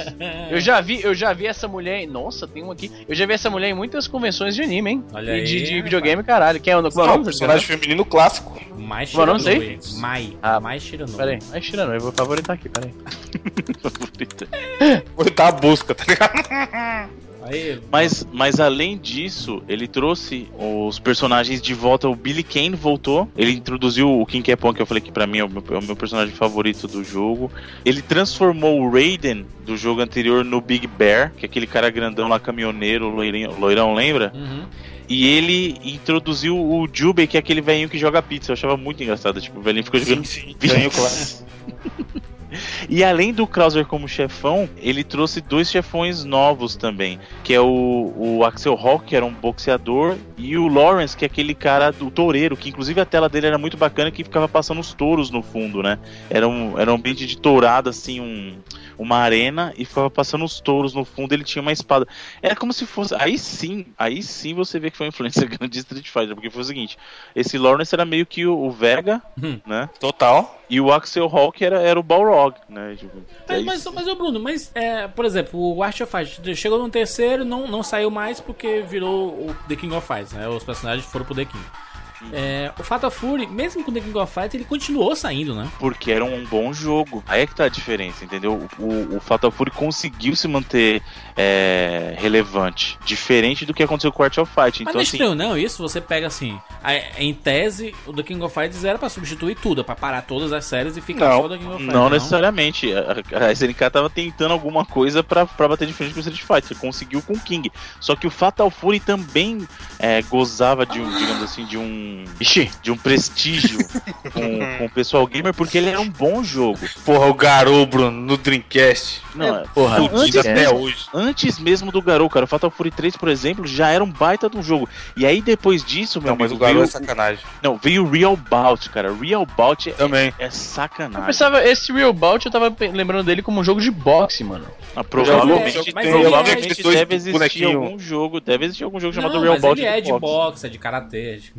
B: Eu já vi, eu já vi essa mulher. em- Nossa, tem um aqui. Eu já vi essa mulher em muitas convenções de anime, hein?
A: Olha
B: e de,
A: aí,
B: de
A: rapaz.
B: videogame, caralho. Quem é o no
C: Mano, é um personagem feminino clássico.
A: Mai
B: Bom, não
A: Shiranui.
B: sei.
A: Mai.
B: Ah,
A: Mai Shiranui.
B: Peraí, mas tirando, eu vou favoritar aqui, peraí.
C: Vou dar a busca, tá ligado?
A: Aí,
F: Mas, mas além disso, ele trouxe os personagens de volta. O Billy Kane voltou. Ele introduziu o King Kepon, que eu falei que pra mim é o, meu, é o meu personagem favorito do jogo. Ele transformou o Raiden do jogo anterior no Big Bear, que é aquele cara grandão lá, caminhoneiro, loirinho- loirão, lembra?
A: Uhum.
F: E ele introduziu o Jubei, que é aquele velhinho que joga pizza. Eu achava muito engraçado. Tipo, o velhinho ficou jogando
C: sim.
F: Pizza.
C: Ganhou clássico.
F: E além do Krauser como chefão, ele trouxe dois chefões novos também, que é o, o Axel Hawk, que era um boxeador, e o Lawrence, que é aquele cara do toureiro, que inclusive a tela dele era muito bacana, que ficava passando os touros no fundo, né? Era um, era um ambiente de tourada, assim, um, uma arena, e ficava passando os touros no fundo, ele tinha uma espada. Era É como se fosse... Aí sim, aí sim você vê que foi uma influência grande de Street Fighter, porque foi o seguinte, esse Lawrence era meio que o, o Vega,
A: Hum.
F: né?
C: Total.
F: E o Axel Hawk era, era o Balrog, né? Tipo,
A: Mas,
F: é
A: mas,
F: isso.
A: mas, ô, Bruno, mas, é, por exemplo, o Art of Fight chegou no terceiro, não, não saiu mais porque virou o The King of Fights, né? Os personagens foram pro The King. É, o Fatal Fury, mesmo com o The King of Fights, ele continuou saindo, né?
F: Porque era um bom jogo. Aí é que tá a diferença, entendeu? O, o- o Fatal Fury conseguiu se manter é, relevante. Diferente do que aconteceu com o Art of
A: Mas
F: Fight. Então,
A: não é
F: assim,
A: estranho, não, isso? Você pega assim, a- em tese, o The King of Fighters era pra substituir tudo, é pra parar todas as séries e ficar
C: Não,
A: só o The King of Fighters.
F: não necessariamente. A, a SNK tava tentando alguma coisa pra, pra bater de frente com o Street Fighter. Conseguiu com o King. Só que o Fatal Fury também é, gozava de um, digamos assim, de um.
B: Ixi,
F: De um prestígio com, com o pessoal gamer, porque ele era um bom jogo.
C: Porra, o Garou, Bruno, no Dreamcast.
F: Não, é,
B: porra.
C: Fudido
F: antes
C: até
B: mesmo.
C: hoje.
F: antes mesmo do Garou, cara. O Fatal Fury 3, por exemplo, já era um baita de um jogo. E aí depois disso, meu
C: Não, mas o
F: amigo,
C: Garou é
F: veio,
C: sacanagem.
F: não, veio o Real Bout, cara. Real Bout é,
C: Também.
F: é
B: eu
F: sacanagem.
B: pensava, esse Real Bout eu tava pe- lembrando dele como um jogo de boxe, mano.
F: Ah,
A: Eu
F: provavelmente
A: já vi, mas
F: tem-
A: ele é-
F: provavelmente
C: esses um dois
F: deve existir
C: bonequinhos.
F: algum jogo, deve existir algum jogo chamado
A: Não,
F: Real
A: mas
F: Bout.
A: ele é
F: do
A: de
F: boxe.
A: boxe, é de karatê. é de-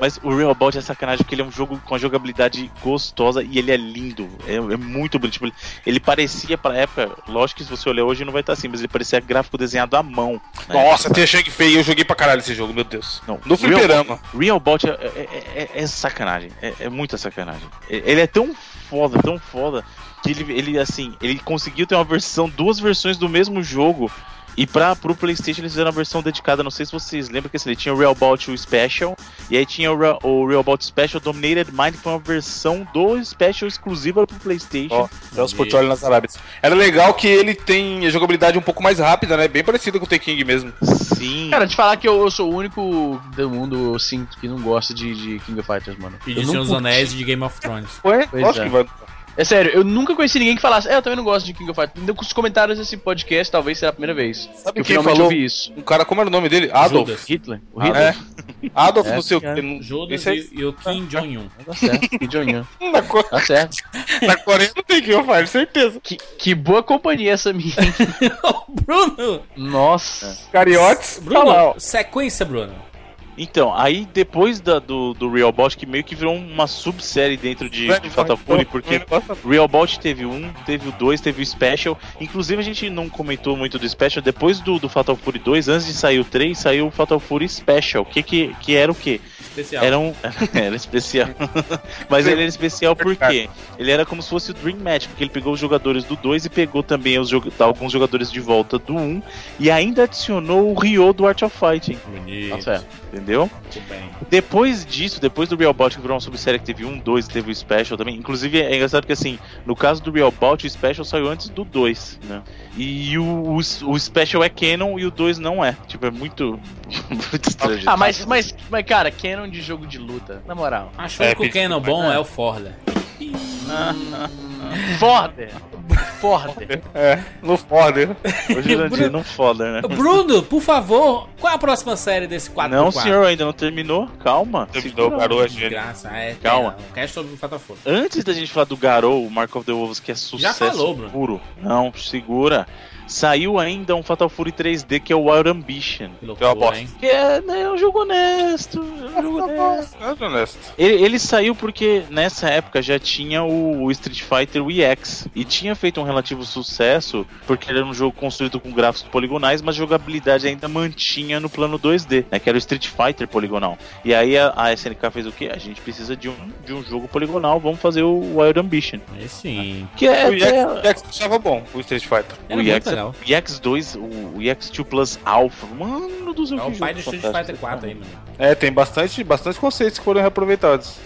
F: Mas o Real Bout é sacanagem porque ele é um jogo com a jogabilidade gostosa e ele é lindo. É, é muito bonito. Tipo, ele, ele parecia pra época, lógico que se você olhar hoje não vai estar assim, mas ele parecia gráfico desenhado à mão. né?
C: Nossa, tem Shang feio. Eu joguei pra caralho esse jogo, meu Deus.
F: Não,
C: No fliperama.
F: Real Bot é, é- é- é sacanagem, é, é muita sacanagem. É- Ele é tão foda, tão foda, que ele, ele, assim, ele conseguiu ter uma versão, duas versões do mesmo jogo. E pra, pro Playstation eles fizeram uma versão dedicada, não sei se vocês lembram, que assim, ele tinha o Real Bout o Special, e aí tinha o, Ra- o Real Bout Special Dominated Mind, que foi uma versão do Special exclusiva pro Playstation.
C: Ó, Celso Portioli nas Arábias. Era legal que ele tem a jogabilidade um pouco mais rápida, né? Bem parecida com o The King mesmo.
F: Sim.
B: Cara, te falar que eu, eu sou o único do mundo, assim, que não gosta de, de King of Fighters, mano.
A: E
B: Eu
A: de
B: não
A: Senhor dos
B: curti.
A: Anéis e de Game of Thrones.
C: Ué,
B: Pois
C: lógico
B: é.
C: que vai.
B: É sério, eu nunca conheci ninguém que falasse, é, eu também não gosto de King of Fighters. Então, com os comentários desse podcast, talvez será a primeira vez.
C: Sabe
B: eu
C: quem
B: finalmente
C: falou?
B: ouvi isso.
C: Um cara, como era o nome dele? Adolf.
A: Judas.
B: Hitler? O
C: Ah,
B: Hitler?
C: É. Adolf,
B: É.
C: não sei o que.
A: Judas
C: Esse aí-
A: e, e o Kim Jong-un.
B: Tá certo, Kim Jong-un.
C: Na, Core-
B: Tá certo.
C: na Coreia não tem que eu faço, certeza.
B: Que, que boa companhia essa minha. hein?
A: Bruno!
B: Nossa.
C: Cariotes,
A: Bruno,
C: tá lá, ó.
A: sequência, Bruno.
F: Então, aí depois da- do, do Real Bout, que meio que virou uma subsérie dentro de, de Fatal
C: um
F: Fury, porque Real Bout teve um, teve o dois, teve o Special. Inclusive, a gente não comentou muito do Special. Depois do, do Fatal Fury 2, antes de sair o 3, saiu o Fatal Fury Special. Que, que, que era o quê?
A: Especial.
F: Era um. era especial. Mas ele era especial por quê? Ele era como se fosse o Dream Match, porque ele pegou os jogadores do 2 e pegou também os joga- alguns jogadores de volta do 1 e ainda adicionou o Ryo do Art of Fighting,
A: Bonito.
F: É.
B: Tá certo.
F: entendeu?
A: Muito bem.
F: Depois disso, depois do Real Bout, que virou uma subsérie que teve um, dois, teve o Special também. Inclusive, é engraçado porque, assim, no caso do Real Bout, o Special saiu antes do 2, né? E o, o, o Special é canon e o 2 não é. Tipo, é muito, muito estranho.
B: Ah, mas, mas, mas, cara, Canon de jogo de luta, na moral.
A: Acho que o único
C: pedi-
A: Canon bom é o Forda.
B: Forder! Forder!
C: É, no Ford.
F: Hoje em dia não foda, né?
A: Bruno, por favor, qual é a próxima série desse 4
F: não, senhor, ainda não terminou. Calma.
C: Terminou,
F: Segura.
C: garoto, gente.
A: Graça, é.
F: Calma.
A: tem, não. O cast sobre o Fatal Fury.
F: Antes da gente falar do Garou, o Mark of the Wolves, que é sucesso
A: Já falou, Bruno.
F: puro. Não, segura. Saiu ainda um Fatal Fury 3D que é o Wild Ambition.
A: Que
C: Foi uma bosta.
A: hein?
F: Que é, né, é um jogo honesto. É um jogo honesto.
C: Nada é honesto.
F: Ele, ele saiu porque nessa época já tinha o, o Street Fighter EX e tinha feito um relativo sucesso porque ele era um jogo construído com gráficos poligonais, mas a jogabilidade ainda mantinha no plano 2D, né, que era o Street Fighter poligonal. E aí a, a SNK fez o quê? A gente precisa de um, de um jogo poligonal, vamos fazer o Wild Ambition.
A: Aí sim.
F: Que é,
C: O
F: é-
C: Jax, Jax achava bom, o Street Fighter.
A: Era
F: o
A: muito
F: EX,
A: legal.
F: o EX 2, o EX 2 Plus Alpha, mano do céu.
A: É
F: que
A: o
F: jogo
A: pai do Street
F: fantástico.
A: Fighter 4 aí, mano.
C: É, tem bastante, bastante conceitos que foram reaproveitados.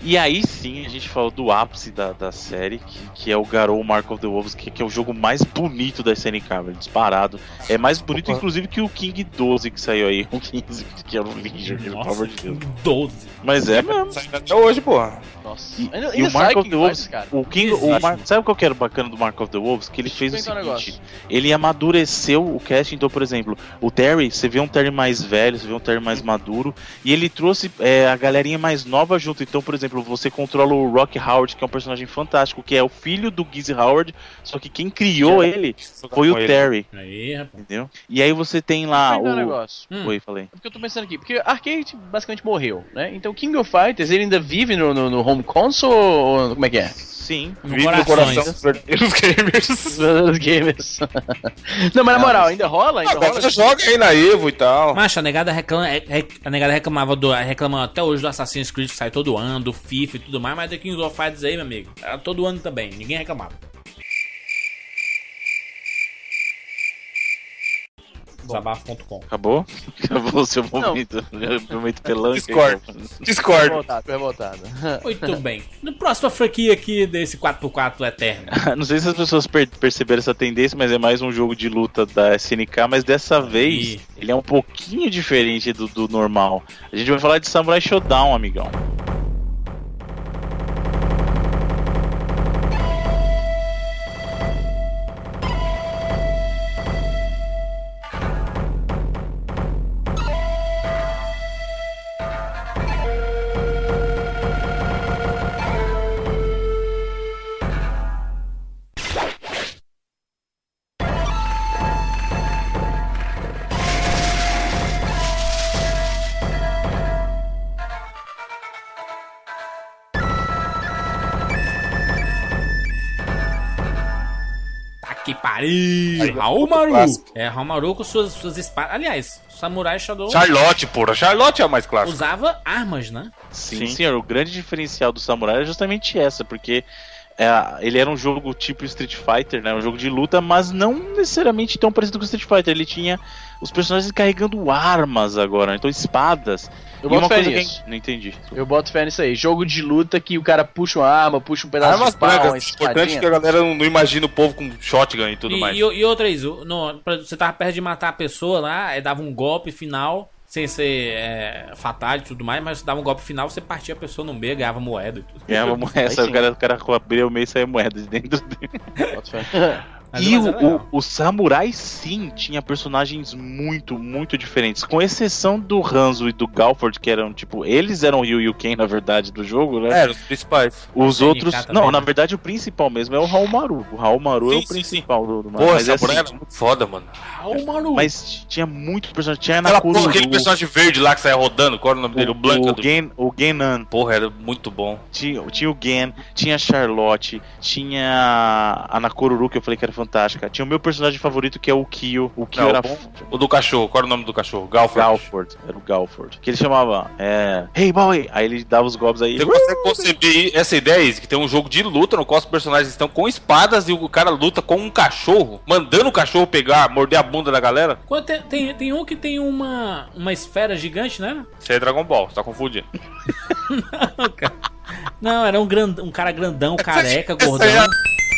F: E aí sim a gente falou do ápice da, da série, que, que é o Garou Mark of the Wolves, que, que é o jogo mais bonito da SNK, velho, disparado. É mais bonito,
C: Opa.
F: inclusive, que o King 12 que saiu aí, o 15, que era um lixo, pelo
A: Nossa,
F: amor de Deus.
A: 12.
F: Mas é mesmo.
C: Saindo até hoje, porra.
B: Nossa.
F: E,
B: ainda,
F: e
B: ainda
F: o Mark
B: sai
F: of
B: King
F: the Wolves,
B: Vibes, cara.
F: o King, o
A: Existe.
F: Mar- sabe qual que era o bacana do Mark of the Wolves? Que ele fez o
B: Deixa eu
F: seguinte,
B: inventar um
F: ele amadureceu o casting, então, por exemplo, o Terry, você vê um Terry mais velho, você vê um Terry mais maduro, e ele trouxe é, a galerinha mais nova junto, então, por exemplo, você controla o Rock Howard, que é um personagem fantástico, que é o filho do Gizzy Howard, só que quem criou ele foi o
C: Com ele.
F: Terry,
A: Aí, rapaz.
F: entendeu? E aí você tem
B: Deixa eu
F: lá
B: inventar um
F: ah, o...
B: negócio.
A: Hum.
F: Oi, falei.
B: É porque eu tô pensando aqui, porque Arcade basicamente morreu, né? Então King of Fighters ele ainda vive no, no, no home console ou como é que é?
F: Sim,
C: Vive no
A: Corações.
C: coração dos verdadeiros gamers.
B: Dos gamers. Não, mas na moral, ainda rola? Ainda
C: Agora
B: rola?
C: você joga aí na Evo e tal.
A: Macho, a negada, reclama, é- é- a negada reclamava do, reclama até hoje do Assassin's Creed que sai todo ano, do FIFA e tudo mais, mas do King of Fighters aí, meu amigo, era todo ano também, ninguém reclamava. Desabafo.com
F: acabou? Acabou o seu momento, momento pelanca.
C: Discord. Discord.
B: Revoltado, tô revoltado.
A: Muito bem. No próximo franquia aqui desse 4x4 eterno.
F: Não sei se as pessoas per- perceberam essa tendência, mas é mais um jogo de luta da SNK, mas dessa vez
A: Ih.
F: ele é um pouquinho diferente do, do normal. A gente vai falar de Samurai Shodown, amigão.
A: Tá que pariu! Raul Maru! É, Raul Maru com suas, suas espadas. Aliás, Samurai Shadow
C: Charlotte, porra. Charlotte é a mais clássica.
A: usava armas, né?
F: Sim, senhor. O grande diferencial do Samurai é justamente essa, porque é, ele era um jogo tipo Street Fighter, né? Um jogo de luta, mas não necessariamente tão parecido com Street Fighter. Ele tinha os personagens carregando armas agora, então espadas.
B: Eu boto fé
F: que- é
B: nisso.
F: Não entendi.
B: Eu boto fé nisso aí. Jogo de luta que o cara puxa uma arma, puxa um pedaço
C: Armas
B: de pau, uma
C: brancas. Importante
B: espadinha.
C: que a galera não, não imagina o povo com shotgun e tudo
A: e,
C: mais.
A: e, e outra isso, no- pra- você tava perto de matar a pessoa lá, aí dava um golpe final, sem ser é, fatal e tudo mais, mas você dava um golpe final, você partia a pessoa no meio, ganhava moeda e tudo.
F: Ganhava É moeda,
B: sim.
F: o cara, o cara abriu o meio e saiu moeda de dentro dele.
B: Boto fé.
A: Mas é
F: E
A: mas
F: o,
A: era legal.
F: o, o Samurai, sim, tinha personagens muito, muito diferentes. Com exceção do Hanzo e do Galford, que eram, tipo, eles eram o Ryu e o Ken, na verdade, do jogo, né?
C: É, os principais.
F: Os
A: SNK
F: outros.
A: também,
F: Não,
A: né?
F: na verdade, o principal mesmo é o Maru. O Maru é
C: Sim,
F: o
C: sim,
F: principal do, do
C: Porra,
F: mas,
C: essa
F: é
C: mulher
F: assim,
C: era um muito foda, mano.
A: Ah, o Maru.
F: mas tinha muito personagem. Tinha na
C: Aquela porra, aquele personagem verde lá que saia rodando, qual era o nome dele? O Blanca
F: o,
C: do...
F: Gen, o Genan,
C: Porra, era muito bom.
F: tinha, tinha o Gen, tinha a Charlotte, tinha a Nakoruru, que eu falei que era fantástica. Tinha o meu personagem favorito, que é o Kyo. O Kyo
C: Não,
F: era
C: o bom- O do cachorro, qual era o nome do cachorro? Galford.
F: Galford, era o Galford. Que ele chamava, é. Hey boy! Aí ele dava os golpes aí.
C: Você consegue conceber essa ideia, Izzy, que tem um jogo de luta no qual os personagens estão com espadas e o cara luta com um cachorro, mandando o cachorro pegar, morder a bunda da galera?
A: Quando tem, tem, tem um que tem uma, uma esfera gigante, né?
C: Isso aí é Dragon Ball, você tá confundindo.
A: Não, era um, grand, um cara grandão, careca,
C: essa
A: gordão.
C: é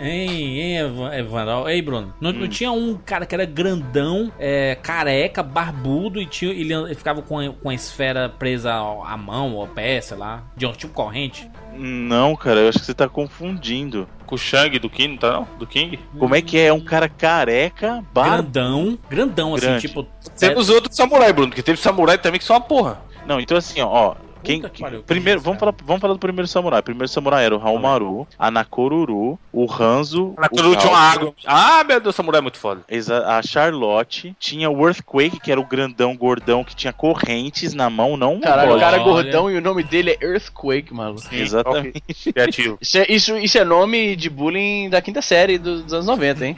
A: Ei, ei, Evan- Evandro. Ei, Bruno. Não,
F: Hum.
A: não tinha um cara que era grandão, é, careca, barbudo e tinha, ele, ele ficava com a, com a esfera presa ao- à mão ou ao pé, sei lá. De um tipo corrente.
F: Não, cara, eu acho que você tá confundindo.
C: Com o Shang do King, não tá não? Do King?
F: Como é que é? É um cara careca, barba.
A: Grandão. Grandão, assim,
F: Grande.
A: tipo.
C: Sendo
A: é-
C: os outros samurai, Bruno, que teve samurai também que são uma porra.
F: Não, então assim, ó, ó, Quem,
A: que pariu, que
F: primeiro,
A: isso,
F: vamos
A: cara.
F: falar, vamos falar do primeiro samurai. O primeiro samurai era o Haomaru, a Nakoruru, o Hanzo,
C: Na
F: o
C: tinha
F: Gal-
C: uma água. Ah, meu Deus, samurai é muito foda.
F: Exa- a Charlotte, tinha o Earthquake, que era o grandão gordão que tinha correntes na mão, não um
B: Caralho, o
F: bode.
B: cara é
A: Olha.
B: gordão e o nome dele é Earthquake, maluco.
F: Exatamente.
C: ok. Criativo.
B: Isso é, isso, isso é nome de bullying da quinta série do- dos anos 90, hein?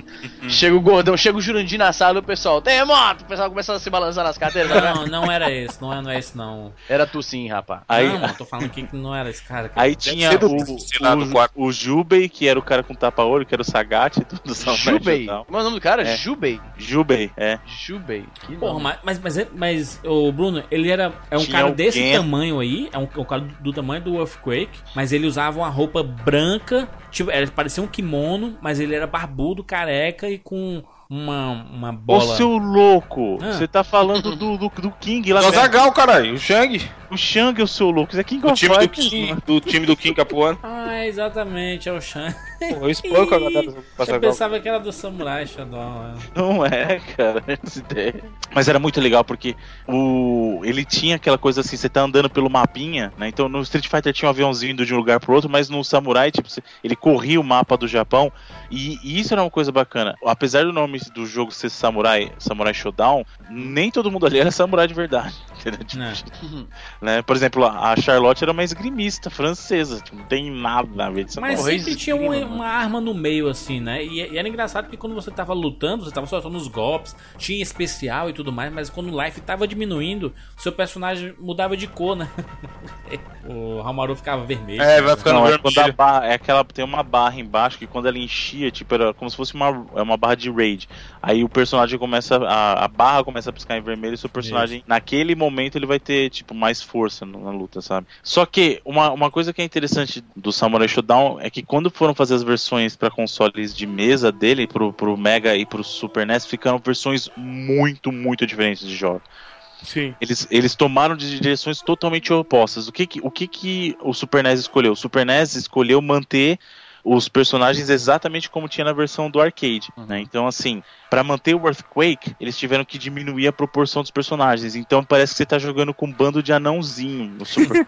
B: chega o gordão, chega o Jurandir na sala e o pessoal, terremoto! O pessoal começa a se balançar nas cadeiras. né?
A: Não, não era esse, não é, não é esse não.
B: Era tu sim, rapá.
F: Aí,
A: Não, mano, tô falando aqui que não era esse cara. cara.
F: aí tinha
C: ser do-
F: o,
C: sei lá, do quarto.
F: o, o Jubei, que era o cara com tapa-olho, que era o Sagat e tudo. Samurai
B: Jubei.
F: Shodown.
B: Como é o nome do cara?
F: É.
B: Jubei.
F: Jubei, é.
B: Jubei. Que
A: Porra,
B: nome.
A: mas, mas, mas, mas o Bruno, ele era é um
F: Tinha
A: cara desse
F: alguém-
A: tamanho aí, é um, é um cara do, do tamanho do Earthquake, mas ele usava uma roupa branca, tipo, era, parecia um kimono, mas ele era barbudo, careca e com uma, uma
F: Ô,
A: bola.
F: seu louco,
A: Ah.
F: você tá falando do, do, do King lá
C: O
F: atrás.
C: Zagal, caralho. O Shang.
F: O Shang, o seu louco. Isso é King
C: Do
F: of
C: time do
F: Fighters,
C: Kim.
F: mano.
C: Do time do Kim Capuano.
A: Ah, exatamente, é o Shan.
C: Porra, eu espanco a galera do
A: Eu
C: Zagal.
A: pensava que era do Samurai Shodown. né?
F: Não é, cara, essa ideia. Mas era muito legal porque o ele tinha aquela coisa assim, você tá andando pelo mapinha, né? Então no Street Fighter tinha um aviãozinho indo de um lugar pro outro, mas no Samurai, tipo, você- ele corria o mapa do Japão e, e isso era uma coisa bacana. Apesar do nome do jogo ser Samurai, Samurai Shodown, nem todo mundo ali era samurai de verdade. entendeu? Tipo,
A: Né.
F: né? Por exemplo, a Charlotte era uma esgrimista francesa, tipo, não tem nada a ver de samurai.
A: Mas
B: Porra,
A: sempre tinha uma,
B: esgrima, mano.
A: uma arma no meio, assim, né? E, e era engraçado que quando você tava lutando, você tava soltando os golpes, tinha especial e tudo mais, mas quando o life tava diminuindo, seu personagem mudava de cor, né? o Hamaru ficava vermelho.
C: É, vai ficando
F: Não, é, quando a
C: vermelho.
F: barra, é aquela tem uma barra embaixo que quando ela enchia, tipo, era como se fosse uma, é uma barra de raid. Aí o personagem começa. A, a barra começa a piscar em vermelho e seu personagem, naquele momento, ele vai ter, tipo, mais força no- na luta, sabe? Só que uma, uma coisa que é interessante do Samurai Shodown é que quando foram fazer as versões pra consoles de mesa dele, pro, pro Mega e pro Super NES, ficaram versões muito, muito diferentes de jogos.
C: Sim.
F: Eles, eles tomaram de direções totalmente opostas. O que que, o que que o Super NES escolheu? O Super NES escolheu manter os personagens exatamente como tinha na versão do arcade, né? Então, assim, pra manter o Earthquake, eles tiveram que diminuir a proporção dos personagens. Então, parece que você tá jogando com um bando de anãozinho no Super.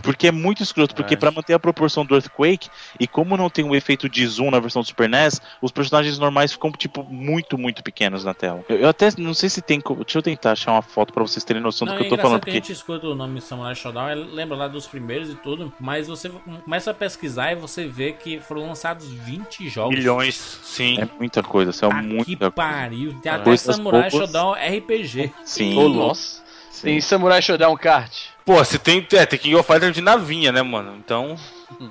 F: porque é muito escroto, porque pra manter a proporção do Earthquake, e como não tem um efeito de zoom na versão do Super NES, os personagens normais ficam, tipo, muito, muito pequenos na tela. Eu, eu até não sei se tem. co- Deixa eu tentar achar uma foto pra vocês terem noção
A: Não,
F: do
A: é
F: que eu tô
A: engraçado
F: falando.
A: que a
F: Porque
A: gente escuta o nome Samurai Shodown, ele lembra lá dos primeiros e tudo, mas você começa a pesquisar e você vê que foram lançados 20 jogos.
C: Milhões. Sim.
F: é muita coisa, isso é
A: Ah, que
F: muita coisa.
A: pariu. Tem até
F: Coisas
A: Samurai
F: poucas.
A: Shodown RPG.
F: Sim.
B: Ô, nossa.
F: sim.
B: Tem Samurai Shodown Kart.
C: Pô, você tem. É, tem King of Fighter de navinha, né, mano? Então.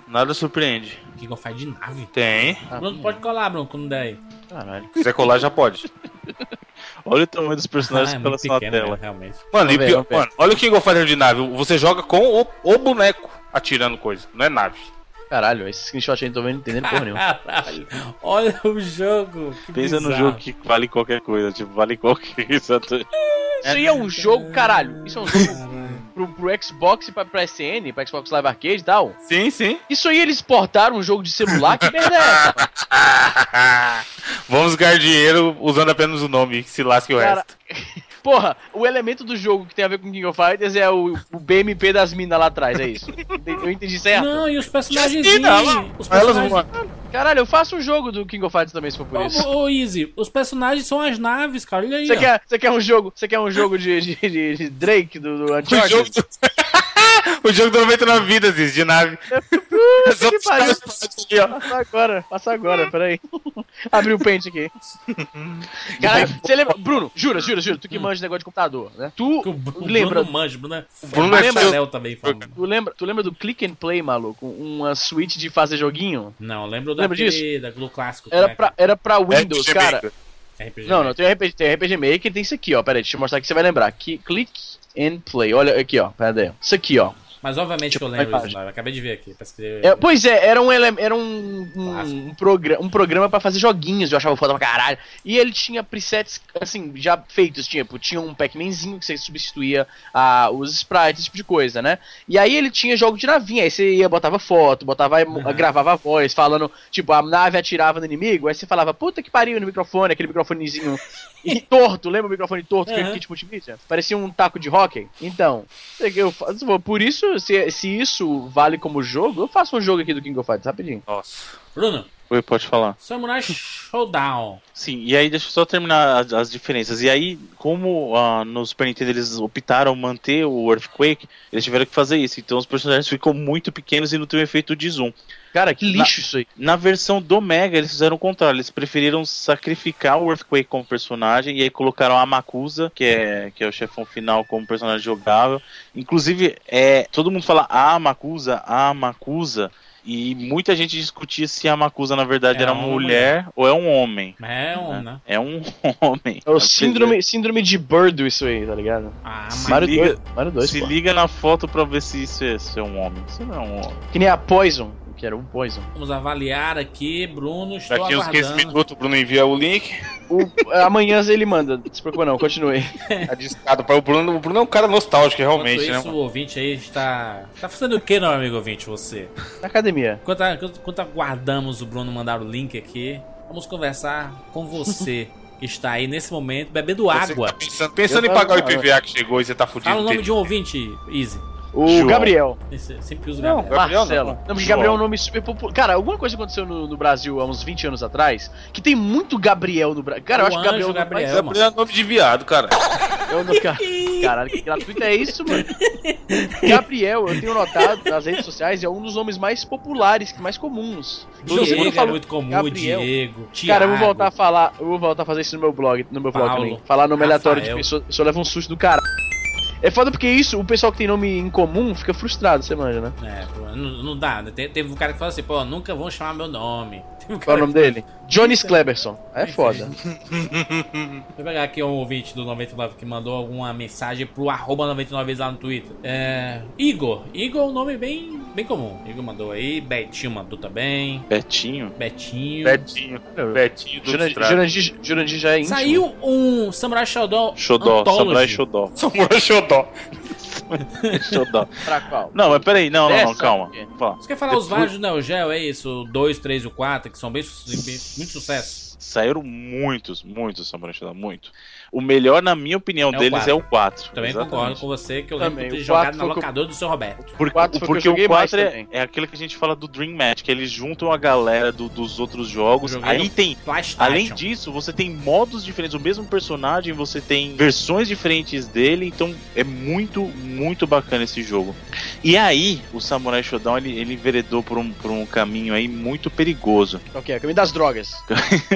C: Nada surpreende.
A: Que gofai de nave.
C: Tem.
A: Bruno, pode colar, Bruno, quando der aí.
B: Caralho.
C: Se quiser colar, já pode.
F: Olha o tamanho dos personagens
A: Ah, é
F: pela
A: muito
F: relação à
A: pequeno,
F: tela.
A: né, realmente.
C: Mano,
B: Vamos
C: e
B: ver,
C: pior,
B: vamos ver.
C: mano, olha o King of Fighter de nave. Você joga com o, o boneco atirando coisa, não é nave.
B: Caralho, esse screenshot aí eu não tô vendo entendendo porra nenhuma.
A: Caralho, olha o jogo. que
F: Pensa no
A: bizarro.
F: jogo que vale qualquer coisa, tipo, vale qualquer coisa.
B: Isso aí é um jogo, caralho. Isso é um jogo pro, pro Xbox e pra, pra SN, pra Xbox Live Arcade e tal.
C: Sim, sim.
B: Isso aí eles portaram um jogo de celular? Que merda é essa? mano?
C: Vamos ganhar dinheiro usando apenas o nome, que se lasque o
B: Cara-
C: resto.
B: Porra, o elemento do jogo que tem a ver com King of Fighters é o, o BMP das minas lá atrás, é isso. Ente- Eu entendi certo?
A: Não, e os personagens.
C: Justina, lá,
A: Os
C: Elas
A: personagens.
C: vão-
B: Caralho, eu faço um jogo do King of Fighters também, se for por isso.
A: Ô, ô, ô, Easy, os personagens são as naves, cara. Olha aí.
B: Você
A: ó.
B: quer, você quer um jogo, você quer um jogo de, de- de- de Drake do, do
C: O jogo,
B: Uncharted?
C: do... o jogo do 99 vidas, Ziz, de nave. As outras
B: pariu.
C: caras aqui, ó.
B: Passa agora, passa agora, peraí. Abri o pente aqui. Caralho, você lembra. Bruno, jura, jura, jura, tu que manja esse negócio de computador, né? Tu
A: Que O, Bru- o
B: lembra.
A: Bruno manja, o Bruno é. O
C: Bruno é seu-
A: também. um- Fala.
B: Tu lembra, tu lembra do Click and Play, maluco? Uma suíte de fazer joguinho?
A: Não, lembro
B: Lembra
A: daquele, daquilo clássico.
B: Era
A: como é
B: pra, era pra Windows,
C: RPG
B: cara.
C: Maker.
A: que é? RPG.
B: Não, não, tem um RPG, tem RPG Maker, tem isso aqui, ó. Pera aí, deixa eu mostrar aqui, você vai lembrar. Aqui, click and play. Olha aqui, ó. Pera aí. Isso aqui, ó.
A: Mas obviamente que eu
B: uma
A: lembro isso,
B: Tipo, imagem.
A: Mauro. Acabei de ver aqui. pesquisei.
B: É, pois é, era um, ele- era um,
A: Clássico.
B: um, um progra- um programa pra fazer joguinhos, eu achava foda pra caralho. E ele tinha presets, assim, já feitos, tipo, tinha um Pac-Manzinho que você substituía ah, os sprites, esse tipo de coisa, né? E aí ele tinha jogo de navinha, aí você ia, botava foto, botava, eh,
A: Uhum.
B: gravava a voz, falando, tipo, a nave atirava no inimigo, aí você falava, puta que pariu no microfone, aquele microfonezinho e torto, lembra o microfone torto que
A: Aham.
B: era kit multimídia? Parecia um taco de hockey. Então, sei que eu faço, por isso, se, se isso vale como jogo, eu faço um jogo aqui do King of Fighters rapidinho.
C: Nossa.
A: Bruno,
F: Oi, pode falar.
A: Samurai Showdown.
F: Sim, e aí deixa eu só terminar as, as diferenças. E aí, como ah, no Super Nintendo eles optaram manter o Earthquake, eles tiveram que fazer isso. Então os personagens ficam muito pequenos e não tem o efeito de zoom.
B: Cara, que lixo isso aí.
F: Na versão do Mega, eles fizeram o contrário. Eles preferiram sacrificar o Earthquake como personagem e aí colocaram a Makusa, que é, que é o chefão final, como personagem jogável. Inclusive, é, todo mundo fala a Makusa, a Makusa. E muita gente discutia se a Makusa, na verdade,
A: É
F: era
A: uma
F: uma mulher ou é um homem.
A: Mas É
B: Uhum.
A: um, né?
F: É um homem.
B: É o síndrome, síndrome de Birdo isso aí, tá ligado?
A: Ah,
F: Se
A: mas...
B: Mario
F: liga-
B: 2, Mario
F: Se
B: 2, pô.
F: liga na foto pra ver se isso é, se é um homem. Isso não é um homem.
B: Que nem a Poison, que era o Poison.
A: Vamos avaliar aqui, Bruno. Estou
C: Daqui uns 15
A: aguardando.
C: minutos o Bruno envia o link.
B: O- amanhã ele manda, não se preocupa não, continue.
C: A discada para tá o Bruno. O Bruno é um cara nostálgico, realmente,
A: Enquanto
C: né?
A: isso,
C: mano?
A: o ouvinte aí está. Tá fazendo o que, meu amigo ouvinte, você?
B: Na academia.
A: Enquanto, enquanto- enquanto aguardamos o Bruno mandar o link aqui, vamos conversar com você que está aí nesse momento bebendo
C: Você
A: água.
C: tá pensando pensando
B: Eu
C: em
B: tava-
C: pagar o IPVA que chegou e você tá fudido.
A: Fala o nome
C: Pedro.
A: de um ouvinte, Easy.
B: O
F: João.
B: Gabriel.
A: Esse- Sempre uso o
C: Não,
A: Gabriel.
C: Gabriel não.
B: Marcelo. Não, porque Gabriel é um nome super popular. Cara, alguma coisa aconteceu no, no Brasil há uns 20 anos atrás que tem muito Gabriel no Brasil. Cara, eu
A: O
B: acho que
A: anjo
B: Gabriel,
A: Gabriel.
B: Não,
C: Gabriel é nome de viado, cara.
B: Eu não, cara, caralho, que gratuito é isso, mano? Gabriel, eu tenho notado nas redes sociais, é um dos nomes mais populares, que mais comuns. Inclusive,
A: Diego
B: quando
A: é
B: eu falo-
A: muito comum,
B: Gabriel.
A: Diego.
B: Cara, eu
A: Thiago.
B: vou voltar a falar, eu vou voltar a fazer isso no meu blog, no meu blog
A: Paulo,
B: também. Falar nome aleatório de
A: Rafael.
B: pessoa, só leva um susto do cara. É foda porque isso, o pessoal que tem nome em comum fica frustrado, você manja, né?
A: É, pô, não, não dá. né? Te- teve um cara que falou assim, pô, nunca vão chamar meu nome. Teve um
B: Qual é o
A: cara
B: nome dele? Johnny Cleberson. É foda.
A: Vou pegar aqui um ouvinte do 99 que mandou alguma mensagem pro arroba 99 vezes lá no Twitter. É, Igor. Igor é um nome bem, bem comum. Igor mandou aí, Betinho mandou também.
F: Betinho.
A: Betinho.
C: Betinho. Betinho do
B: Jurandir,
C: Estrada.
B: Jurandir- Jurandir já é íntimo.
A: Saiu um Samurai Shodown
F: Xodó.
A: Anthology.
F: Samurai Xodó.
C: Samurai Xodó.
F: Xodó.
B: Pra qual?
F: Não, mas peraí. Não, não, não.
B: Dessa?
F: Calma. Fala.
A: Você quer falar os vários do Neo Geo, é isso? O 2, 3 e o 4, que são bem, su- bem- muito sucesso.
F: Saíram muitos, muitos Samurai Xodó. Muito. O melhor, na minha opinião,
A: É o
F: deles
A: quatro.
F: é o 4.
A: Também concordo com você, que eu lembro
B: Também,
A: de ter
B: o
A: jogado
B: quatro
A: na
B: foi o que eu-
A: locadora do seu Roberto.
F: Porque,
B: Quatro foi o que eu
F: porque o
B: joguei mais
F: 4 é,
B: também.
F: é aquele que a gente fala do Dream Match, que eles juntam a galera do- dos outros jogos.
A: Joguei um
F: Aí
A: no-
F: tem
A: PlayStation.
F: Além disso, você tem modos diferentes, o mesmo personagem, você tem versões diferentes dele, então é muito, muito bacana esse jogo. E aí, o Samurai Shodown ele, ele enveredou por um, por um caminho aí muito perigoso.
B: Ok, é o caminho das drogas.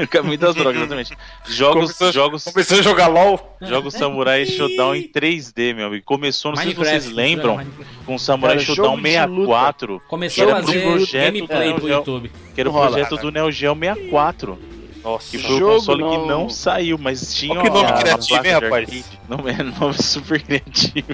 F: o caminho das drogas, exatamente. Jogos,
C: Começou-
F: jogos,
C: Começou a jogar LOL.
F: jogos Samurai Shodown em 3D, meu amigo. Começou, não sei se vocês lembram, com o Samurai
B: é Cara,
F: Shodown
B: jogo de luta.
F: 64,
A: é Começou
F: Era
A: a fazer
F: pro um projeto
A: gameplay
F: do
A: pro
F: Neo Geo.
A: YouTube.
F: que era o
B: Rola.
F: projeto do Neo Geo 64.
C: Nossa,
F: Que foi o
B: Jogo
F: console que
B: não-
F: não saiu, mas tinha
C: Olha que nome
F: a- a
C: criativo,
F: placa
C: hein,
F: de
C: rapaz?
F: arcade. Não, é nome super criativo.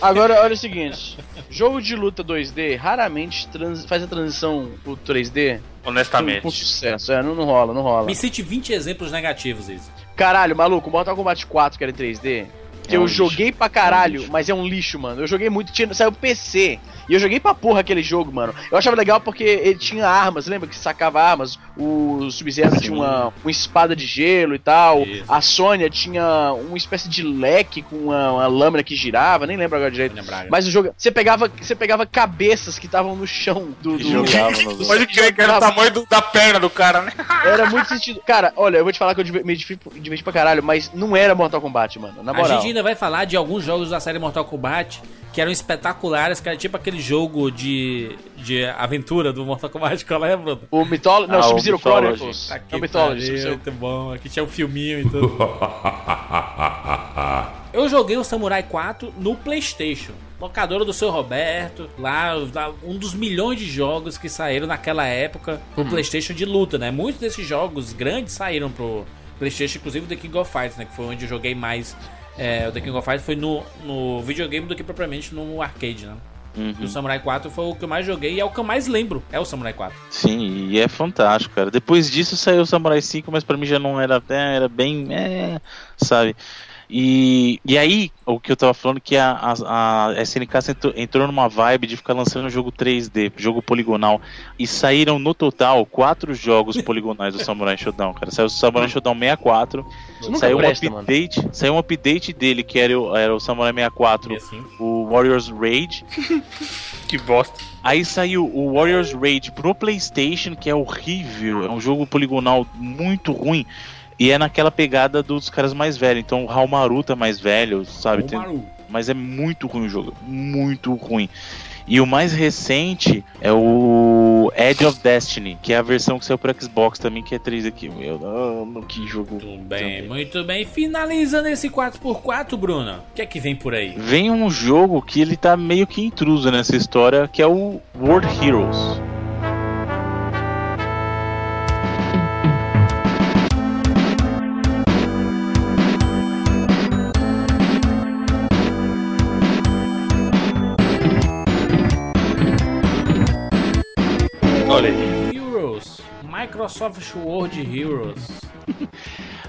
B: Agora, olha o seguinte: jogo de luta 2D raramente trans- faz a transição pro 3D com, com
C: honestamente.
B: sucesso. É, não, não rola, não rola.
A: Me cite 20 exemplos negativos, isso.
B: Caralho, maluco, Mortal Kombat 4 que era em 3D. Que
F: É um
B: eu
F: lixo.
B: joguei pra
F: É um
B: caralho,
F: lixo.
B: mas é um lixo, mano. Eu joguei muito, tinha, saiu PC. E eu joguei pra porra aquele jogo, mano. Eu achava legal porque ele tinha armas, lembra que sacava armas? O Sub-Zero
F: Sim.
B: tinha uma, uma espada de gelo e tal.
A: Isso.
B: A Sônia tinha uma espécie de leque com uma, uma lâmina que girava, nem lembro agora direito.
A: Sônia Braga.
B: Mas o jogo. Você pegava, você pegava cabeças que estavam no chão do. do-
C: Pode crer que era o tamanho do- da perna do cara, né?
B: Era muito sentido. Cara, olha, eu vou te falar que eu diver- me diverti, diverti pra caralho, mas não era Mortal Kombat, mano. Na
A: A
B: moral.
A: gente ainda vai falar de alguns jogos da série Mortal Kombat que eram espetaculares, que era tipo aquele jogo de, de aventura do Mortal Kombat, qual é, Bruno?
B: O Mythology. Não,
F: Ah, o
B: Sub-Zero
F: Mythology.
B: Chronicles.
A: Tá
B: é o
A: aqui,
B: Mythology.
A: pariu,
B: Sub-Zero.
A: muito bom. Aqui tinha um filminho e tudo. Eu joguei o Samurai 4 no PlayStation. Locadora do seu Roberto, lá, lá, um dos milhões de jogos que saíram naquela época
F: Uhum.
A: pro PlayStation de luta, né? Muitos desses jogos grandes saíram pro PlayStation, inclusive o The King of Fighters, né? Que foi onde eu joguei mais. é, o The King of Fighters foi no, no videogame do que propriamente no arcade, né? E o
F: Uhum.
A: Samurai 4 foi o que eu mais joguei e é o que eu mais lembro. É o Samurai 4.
F: Sim, e é fantástico, cara. Depois disso saiu o Samurai 5, mas pra mim já não era até, era bem. É, sabe? E, e aí, o que eu tava falando que a, a, a SNK entrou, entrou numa vibe de ficar lançando jogo 3D, jogo poligonal, e saíram no total quatro jogos poligonais do Samurai Shodown, cara. Saiu o Samurai Shodown 64,
B: Isso nunca
F: saiu,
B: presta,
F: um
B: mano.
F: update, saiu um update dele, que era o, era o Samurai 64,
A: assim.
F: o Warriors Raid,
C: Que bosta.
F: Aí saiu o Warriors Raid pro PlayStation, que é horrível, é um jogo poligonal muito ruim. E é naquela pegada dos caras mais velhos. Então o Halmaru tá mais velho, sabe? Tem-
A: Maru.
F: Mas é muito ruim o jogo, muito ruim. E o mais recente é o Edge of Destiny, que é a versão que saiu pro Xbox também, que é 3 aqui. Meu, ah, que jogo.
A: Muito bem, muito bem. Finalizando esse 4x4, Bruno. O que é que vem por aí?
F: Vem um jogo que ele tá meio que intruso nessa história, que é o World Heroes.
C: Olha aí.
A: Heroes. Microsoft World Heroes.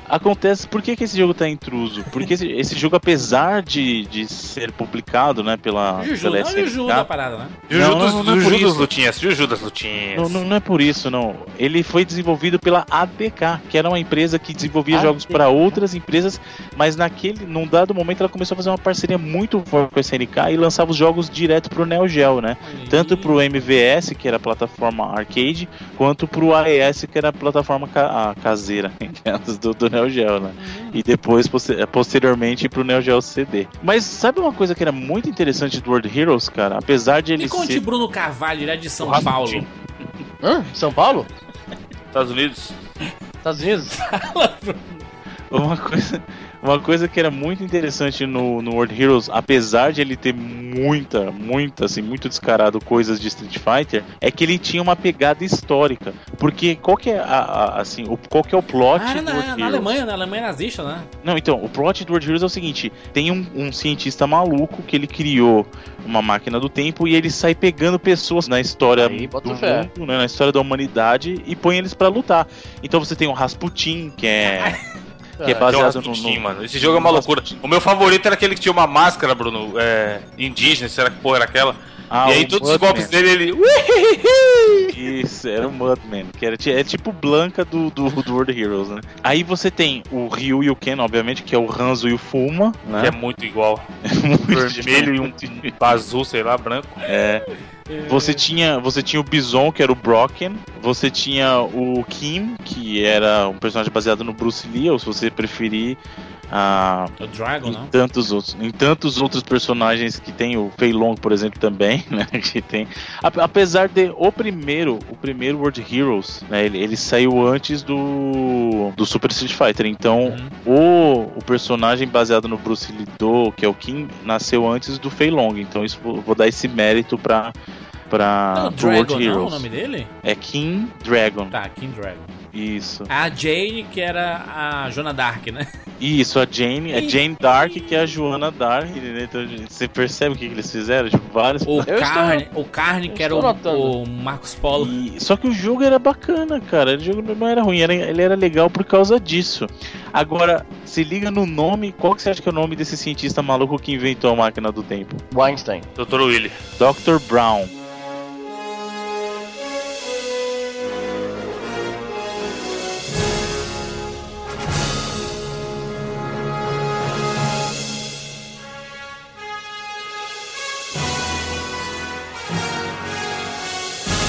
F: Acontece, por que, que esse jogo tá intruso? Porque esse, esse jogo, apesar de, de ser publicado, né,
B: Ah,
F: pela,
A: Juju,
F: pela
A: não
F: SNK,
A: Juju da parada, né?
C: Juju,
F: Não,
C: dos,
F: não, não é
C: Juju
F: por
C: dos
F: isso.
C: Lutinhas, Juju das Lutinhas.
F: não, não, não é por isso, não. Ele foi desenvolvido pela ADK, que era uma empresa que desenvolvia jogos para outras empresas, mas naquele, num dado momento ela começou a fazer uma parceria muito forte com a SNK e lançava os jogos direto pro Neo Geo, né? Tanto pro MVS, que era a plataforma arcade, quanto pro AES, que era a plataforma ca- a caseira aquelas do, do Neo Geo, né? E depois, poster- posteriormente, pro Neo Geo CD. Mas sabe uma coisa que era muito interessante do World Heroes, cara? Apesar de ele
A: Me conte
F: ser...
A: Bruno Carvalho, ele é de São
C: O Rasputin.
A: Paulo.
B: Hã? São Paulo?
C: Estados Unidos.
B: Estados Unidos?
F: Uma coisa, uma coisa que era muito interessante no, no World Heroes, apesar de ele ter muita, muita, assim, muito descarado coisas de Street Fighter, é que ele tinha uma pegada histórica. Porque qual que é, a- a- assim, o, qual que é o plot
A: Ah,
F: do World
A: na, na
F: Heroes?
A: Alemanha, na Alemanha nazista, né?
F: Não, então, o plot do World Heroes é o seguinte: tem um, um cientista maluco que ele criou uma máquina do tempo e ele sai pegando pessoas na história
B: Aí, bota
F: do
B: fé.
F: mundo, né, na história da humanidade e põe eles pra lutar. Então você tem o Rasputin, que é, que é
B: Caralho.
C: Tem um
F: baseado no,
C: Rasputin,
F: no-
C: mano. Esse jogo é uma loucura. O meu favorito era aquele que tinha uma máscara, Bruno, é, indígena, será que porra era aquela?
F: Ah,
C: e aí
F: o
C: todos os
F: Mudman.
C: golpes dele, ele...
F: Isso, era o Mudman, que era, ti- é tipo Blanca do, do, do World Heroes, né? Aí você tem o Ryu e o Ken, obviamente, que é o Hanzo e o Fuma,
C: Que é
F: né?
C: muito igual.
F: muito
C: Vermelho e um azul, sei lá, branco.
F: Você tinha, você tinha o Bison, que era o Brocken. Você tinha o Kim, que era um personagem baseado no Bruce Lee, ou se você preferir, ah,
A: É O Dragon,
F: em
A: não?
F: tantos outros, em tantos outros personagens que tem o Fei Long, por exemplo, também, né? Que tem. A- Apesar de o primeiro, o primeiro World Heroes, né? Ele, ele saiu antes do do Super Street Fighter. Então,
A: Uhum.
F: o, o personagem baseado no Bruce Lee do, que é o Kim, nasceu antes do Fei Long. Então, isso vou, vou dar esse mérito pra
A: Não,
B: Ah,
F: para
A: Dragon,
F: World
A: não, É o
F: Heroes.
A: nome dele?
F: É Kim Dragon.
A: Tá, King Dragon.
F: Isso.
A: A Jane, que era a Jonah Dark, né?
F: Isso, a Jane, é
A: Ih.
F: Jane Dark, que é a Joana Dark, né? Então, você percebe o que, que eles fizeram? Tipo, vários.
A: O
B: Eu estou-
A: Carne, o Carne,
B: eu
A: que era
B: estou
A: o,
B: notando.
A: o Marcos Polo.
F: E- Só que o jogo era bacana, cara. O jogo não era ruim, era- ele era legal por causa disso. Agora, se liga no nome, qual que você acha que é o nome desse cientista maluco que inventou a máquina do tempo?
B: Weinstein.
C: Dr. Willy.
F: Dr. Brown.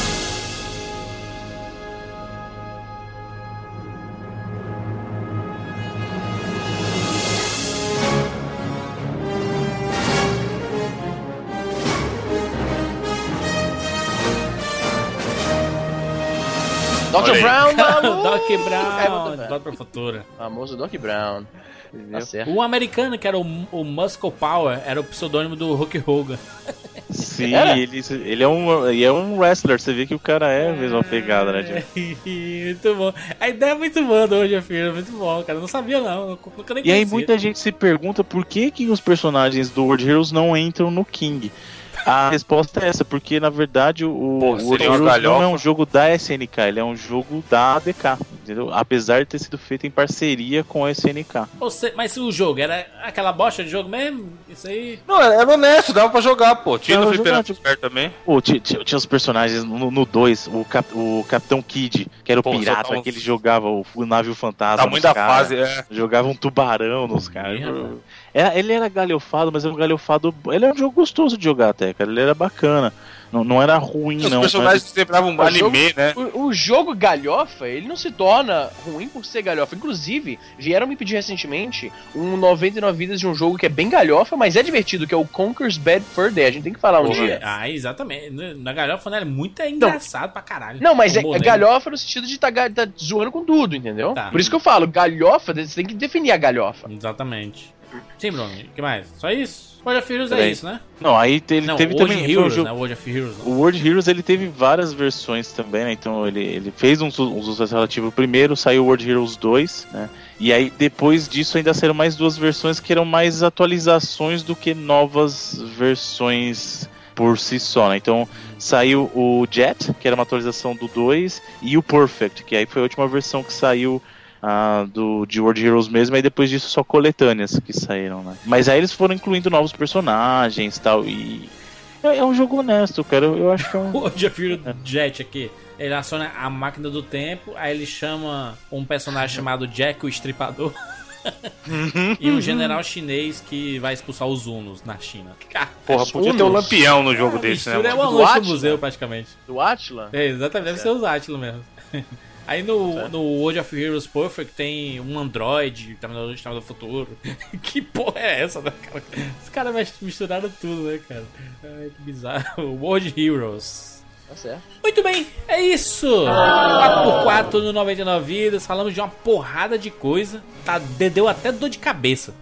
B: Dr.
A: Doc
B: Brown, maluco! É,
C: aí.
A: Brown,
B: bota fé.
A: Doc Futura.
B: Famoso Doc Brown. Tá certo.
A: O americano, que era o, o Muscle Power, era o pseudônimo do Hulk Hogan.
F: Sim,
B: Era?
F: ele, ele é um, ele é um wrestler. Você vê que o cara é a mesma pegada, né?
B: É.
F: Tipo,
A: muito bom. A ideia é muito boa do hoje, filho. Muito bom, cara. Eu Não sabia, não. Eu nunca nem
F: E aí
A: conhecia.
F: muita gente se pergunta por que, que os personagens do World Heroes não entram no King. A resposta é essa, porque na verdade o,
C: Pô,
F: o
C: seria uma
F: Outworld não
C: galhofa.
F: é um jogo da SNK, ele é um jogo da ADK, entendeu? Apesar de ter sido feito em parceria com a SNK.
A: Ou se- mas se o jogo era aquela bosta de jogo mesmo, isso aí.
C: Não,
F: é,
C: era honesto, dava pra jogar, pô. Tinha
F: Dava
C: no
F: pra
C: fliperama
F: jogar, tipo-
C: perto também.
F: Pô, ti- ti- tinha os personagens no 2, o, cap- o Capitão Kid, que era o
C: Pô,
F: pirata,
C: soltava um-
F: que ele jogava o, o navio fantasma.
C: Tá
F: nos
C: muito da
F: cara,
C: fase, é.
F: Jogava um tubarão nos caras.
A: Merda.
F: É, ele era galhofado, mas era um galhofado. Ele era um jogo gostoso de jogar até, cara. Ele era bacana. Não, não era ruim,
C: Os
F: não.
C: personagens lembravam um
B: O jogo-
C: anime,
F: é
C: né?
B: O, o jogo galhofa, ele não se torna ruim por ser galhofa. Inclusive, vieram me pedir recentemente um 99 vidas de um jogo que é bem galhofa, mas é divertido, que é o Conker's Bad Fur Day. A gente tem que falar um dia.
A: Ah, exatamente. Na- Na galhofa não era muito é engraçado pra caralho.
B: Não, mas é,
A: Humor
B: é
A: negro.
B: galhofa no sentido de tá, ga- tá zoando com tudo, entendeu?
A: Tá.
B: Por isso que eu falo, galhofa, você tem que definir a galhofa.
A: Exatamente. Sim, Bruno, o que mais? Só isso? World of Heroes é
F: Peraí.
A: isso, né?
F: Não, aí te- ele
A: não,
F: teve
A: World
F: também
A: of
F: foi um
A: Heroes,
F: jogo-
A: né? World of Heroes.
F: O
A: Não.
F: World Heroes ele teve várias versões também, né? Então ele, ele fez um, su- um sucesso relativo primeiro, saiu o World Heroes 2, né? E aí depois disso ainda saíram mais duas versões que eram mais atualizações do que novas versões por si só, né? Então saiu o Jet, que era uma atualização do 2, e o Perfect, que aí foi a última versão que saiu ah, do, de World Heroes mesmo, aí depois disso só coletâneas que saíram, né? Mas aí eles foram incluindo novos personagens tal, e. É, é um jogo honesto, cara. Eu, eu acho que é um.
A: World of Heroes Jet aqui. Ele aciona a máquina do tempo, aí ele chama um personagem chamado Jack o Estripador. e um general chinês que vai expulsar os hunos na China. Cara,
B: É
C: Porra, podia ter um
B: Unos.
C: lampião no jogo
A: a
C: desse, né?
A: mistura é uma
C: mano?
B: Do
A: lança no
B: Atlas,
A: museu,
B: né?
A: praticamente.
B: Do Atila?
A: É, exatamente, deve ser os Atlas mesmo. Aí no, no World of Heroes Perfect tem um android, Terminador de Terminador do Futuro. que porra é essa, né, cara? Os caras mex- misturaram tudo, né, cara? Ai, que bizarro. World Heroes.
B: Tá certo.
A: Muito bem, é isso! 4x4 no 99 Vidas, falamos de uma porrada de coisa. Tá, de- deu até dor de cabeça.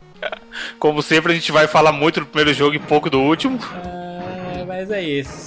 C: Como sempre, a gente vai falar muito do primeiro jogo e pouco do último.
A: Ah, mas é isso.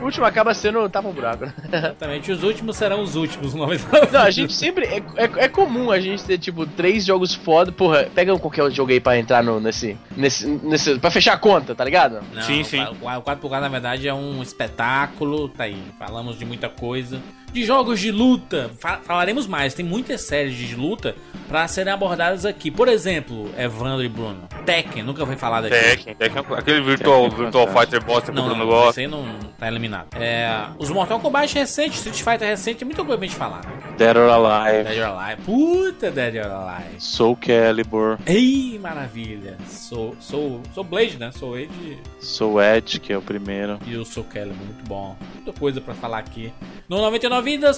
B: O último acaba sendo tapa um buraco, né?
A: Exatamente, os últimos serão os últimos no 99
B: Não, a
A: Vidas.
B: gente sempre. É, é, é comum a gente ter, tipo, três jogos foda. Porra, pega qualquer jogo aí pra entrar no, nesse, nesse. nesse. pra fechar a conta, tá ligado?
A: Não,
C: Sim, sim.
A: O 4x4 na verdade é um espetáculo, tá aí. Falamos de muita coisa. De jogos de luta, fa- falaremos mais. Tem muitas séries de luta pra serem abordadas aqui. Por exemplo, Evandro e Bruno. Tekken, nunca foi falado aqui.
C: Tekken, Tekken, é um- aquele Virtual,
F: Tekken é
C: virtual
F: fantástico.
C: Fighter bosta que o
A: Não,
C: Bruno
A: não,
C: gosta.
A: você não tá eliminado. É, os Mortal Kombat recentes, Street Fighter recente, tem muita coisa pra gente falar. né?
F: Dead or Alive,
A: Dead or Alive. Puta Dead or Alive.
F: Soul Calibur,
A: Ei, maravilha. Sou, sou, sou Blade, né? Sou Ed
F: Soul Edge, que é o primeiro.
A: E eu sou o Kelly, muito bom. Muita coisa pra falar aqui. No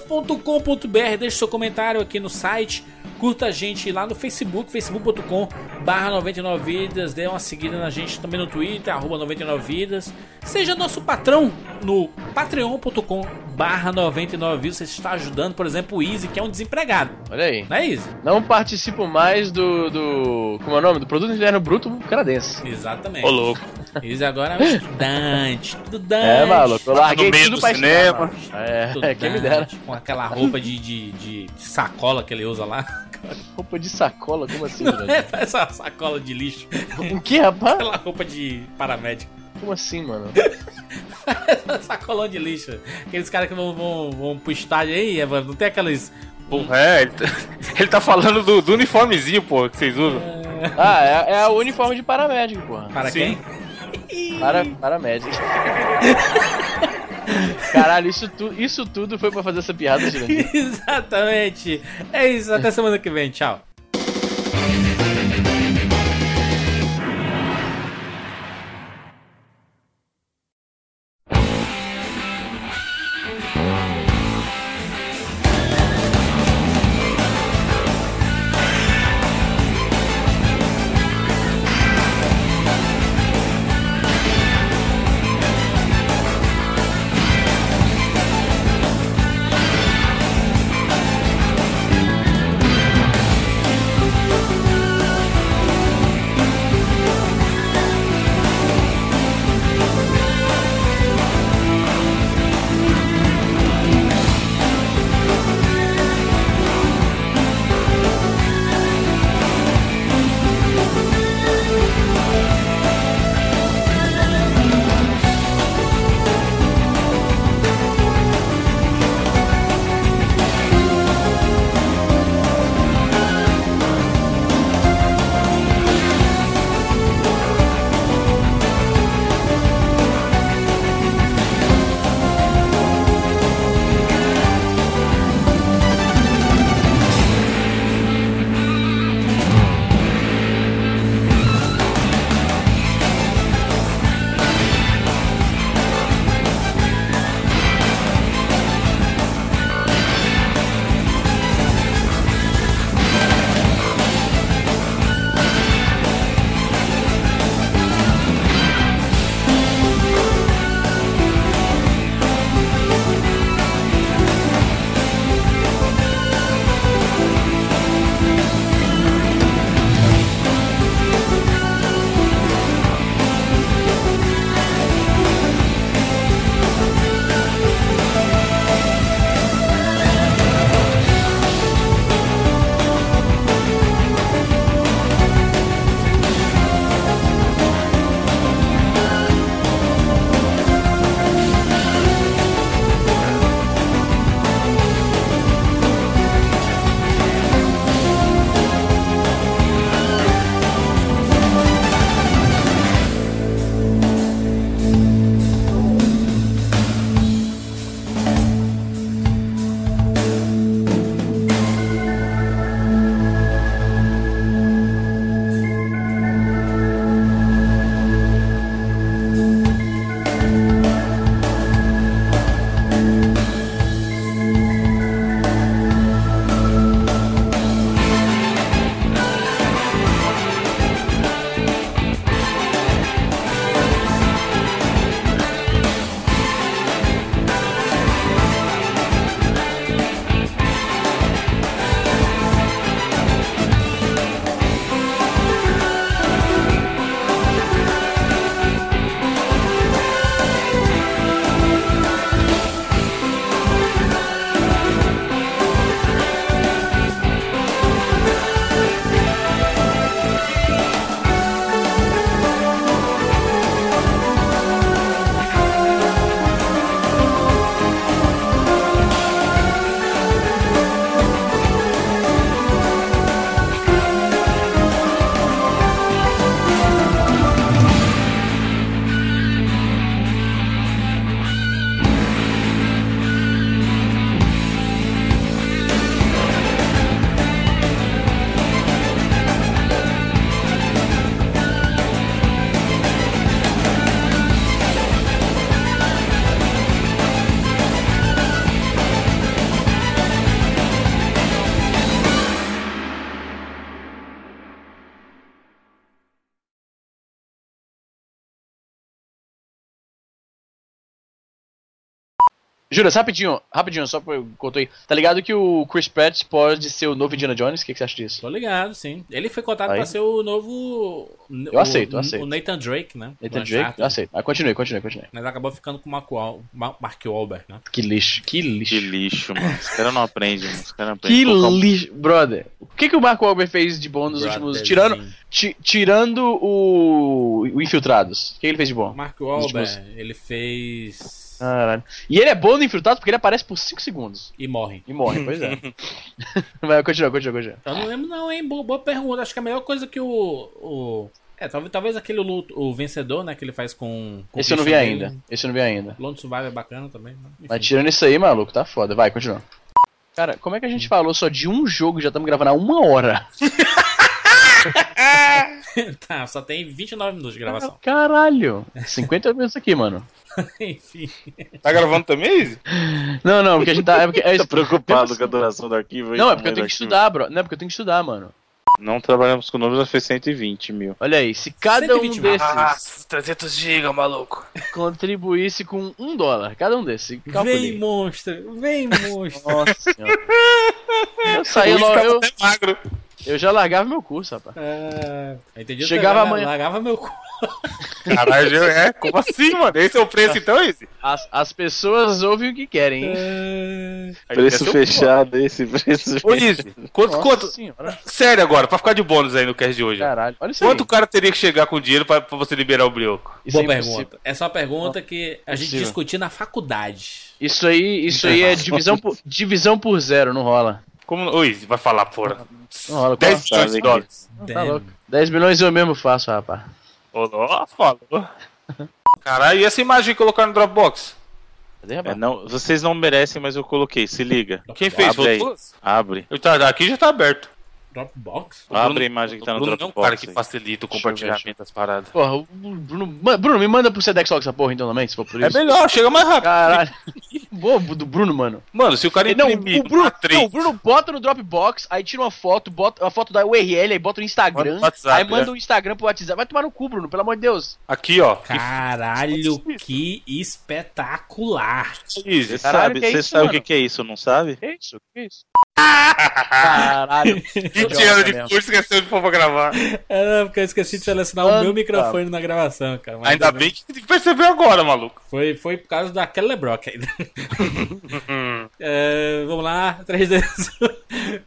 A: 99vidas.com.br, deixe seu comentário aqui no site. Curta a gente lá no Facebook, facebook.com barra 99vidas. Dê uma seguida na gente também no Twitter, arroba 99vidas. Seja nosso patrão no patreon.com barra 99vidas. Você está ajudando, por exemplo, o Easy, que é um desempregado.
B: Olha aí.
A: Não é, Easy?
B: Não participo mais do. do como é o nome? Do produto interno bruto canadense.
A: Exatamente.
C: Ô, louco.
A: Easy agora é um estudante. Estudante.
B: É, maluco. Eu larguei
C: no meio
B: tudo
C: do
B: pra
C: cinema.
B: estudar, mano. É, quem me dera.
A: Estudante, Com aquela roupa de, de, de sacola que ele usa lá.
B: Roupa de sacola, como assim,
A: Não
B: velho?
A: é essa sacola de lixo.
B: O que, rapaz?
A: Aquela roupa de paramédico.
B: Como assim, mano?
A: Sacolão de lixo. Aqueles caras que vão, vão, vão pro estádio aí, Evandro. Não tem aqueles.
C: Porra, é, ele tá, ele tá falando do, do uniformezinho, porra, que vocês usam.
B: Ah, é, é o uniforme de paramédico, porra.
A: Para
C: Sim.
A: quem?
B: Para, paramédico. Caralho, isso, tu, isso tudo foi pra fazer essa piada, Jurandir.
A: Exatamente. É isso. Até semana que vem. Tchau.
G: Thank
B: Juras, rapidinho, rapidinho, só pra eu contar aí. Tá ligado que o Chris Pratt pode ser o novo Indiana Jones? O que, que você acha disso?
A: Tô ligado, sim. Ele foi cotado
B: Aí.
A: pra ser o novo.
B: Eu aceito, eu aceito.
A: O Nathan Drake, né?
B: Nathan
A: Do
B: Drake?
A: Uncharted.
B: Eu aceito. Ah, continue, continue, continue.
A: Mas acabou ficando com o Mark, Wahl- Ma- Mark Wahlberg, né?
B: Que lixo, que lixo.
F: Que lixo, mano. Os caras não aprendem, mano. Os caras não aprendem.
B: Que é
F: Colocar um-
B: lixo, brother. O que, que o Marco Albert fez de bom nos Um últimos.
A: Brotherzinho.
B: Tirando, ti- tirando o, o Infiltrados. O que, que ele fez de bom?
A: Mark Wahlberg, ele fez.
B: Caralho. E ele é bom no Infiltrados porque ele aparece por 5 segundos.
A: E morre.
B: E morre, pois é. Mas continua, continua, continua.
A: Então, Eu não lembro, não, hein? Boa, boa pergunta. Acho que a melhor coisa que o. o... É, talvez, talvez aquele luto, o vencedor, né? Que ele faz com. com o
B: Esse eu não vi
A: Christian Bale. né?
B: ainda. Esse eu não vi ainda.
A: Lone Survivor é bacana também. né? Enfim.
B: Mas tirando isso aí, maluco, tá foda. Vai, continua. Cara, como é que a gente falou só de um jogo e já estamos gravando há uma hora?
A: Tá, só tem 29 minutos de gravação.
B: Caralho! 50 minutos aqui, mano.
A: Enfim.
C: Tá gravando também, Izzy?
B: Não, não, porque a gente tá. É porque, é
F: Tá
B: isso-
F: preocupado com né, a duração do arquivo aí, tá
B: Não, é
F: tamanho
B: porque eu tenho
F: do
B: que
F: arquivo.
B: estudar, bro. Não, é porque eu tenho que estudar, mano.
F: Não trabalhamos com números, mas foi 120 mil.
B: Olha aí, se cada um
A: 120
B: desses
C: Ah, 300 giga, maluco.
B: contribuísse com um dólar, cada um desses,
A: Vem,
B: calculei.
A: monstro! Vem, monstro!
B: Nossa senhora. Eu saí
C: Hoje
B: logo,
C: tá
B: eu,
C: até magro.
B: eu já largava meu curso, rapaz.
A: Ah, entendi.
B: Chegava
A: Eu
B: amanhã.
A: Largava meu cu.
C: Caralho, é? Como assim, mano? Esse é o preço então, Izzy?
B: As, as pessoas ouvem o que querem, hein? É.
C: Aí
F: Preço
C: desceu,
F: fechado, é esse preço
C: pô. Ô,
F: fechado.
C: Izzy, quanto,
B: Nossa É,
C: quanto...
B: senhora,
C: Sério agora, pra ficar de bônus aí no cast de hoje. ó.
B: caralho. Olha isso aí.
C: Quanto o cara teria que chegar com dinheiro pra, pra você liberar o brioco?
B: Isso
A: Boa
B: é impossível.
A: pergunta. Essa é uma pergunta que a gente
B: Impossível.
A: discutia na faculdade.
B: Isso aí, isso aí é divisão por, divisão por zero, não rola.
C: Como... Ô, Izzy, vai falar, porra.
B: Não rola.
C: 10
F: Tá
C: milhões de
F: vendo?
C: dólares.
B: Tá
A: Damn.
B: louco. 10 milhões eu mesmo faço, rapaz.
C: Ô, ó, falou. Caralho, e essa imagem que colocaram no Dropbox?
B: Cadê,
C: né?
F: É,
B: rapaz?
F: não, vocês não merecem, mas eu coloquei. Se liga.
C: Quem fez?
F: Abre aí.
C: Voltou?
F: Abre.
C: Eu tá, aqui já tá aberto.
A: Dropbox?
C: O Bruno-
F: Abre a imagem que tá
C: o
F: no
C: Bruno não é um
F: Dropbox
C: cara que
F: aí.
C: facilita o
F: Deixa eu ver,
C: compartilhamento das paradas.
B: Porra, o Bruno, Ma- Bruno, me manda pro Sedex logo essa porra então também, se for por
C: É
B: isso.
C: melhor, chega mais rápido.
B: Caralho. Bobo do Bruno, mano.
C: Mano, se o cara
F: É,
B: Ele Não,
C: imprimir
B: o Bruno,
C: uma três-
B: não, o Bruno bota no Dropbox, aí tira uma foto, bota a foto da URL, aí bota no
C: Bota
B: Instagram,
C: no WhatsApp,
B: aí manda
C: né?
B: o Instagram pro WhatsApp. Vai tomar no cu, Bruno, pelo amor de Deus.
C: aqui, ó. que
B: é
A: Caralho, que espetacular!
C: f- Easy.
F: Você
B: Caralho,
F: sabe,
B: que é
F: você
B: isso,
F: sabe o
B: mano?
F: que que é isso, não sabe?
B: Que isso, que isso? Caralho.
F: é
C: Mentira
B: Idiota
C: de
B: mesmo.
C: curso esqueceu de pôr pra gravar.
A: É, porque eu esqueci de selecionar o
B: Santa
A: meu microfone na gravação, cara. mas é,
F: é
C: Ainda bem que percebeu agora, maluco.
A: Foi, foi por causa da Kelly Brock ainda. É, vamos lá, 3, 2, 1.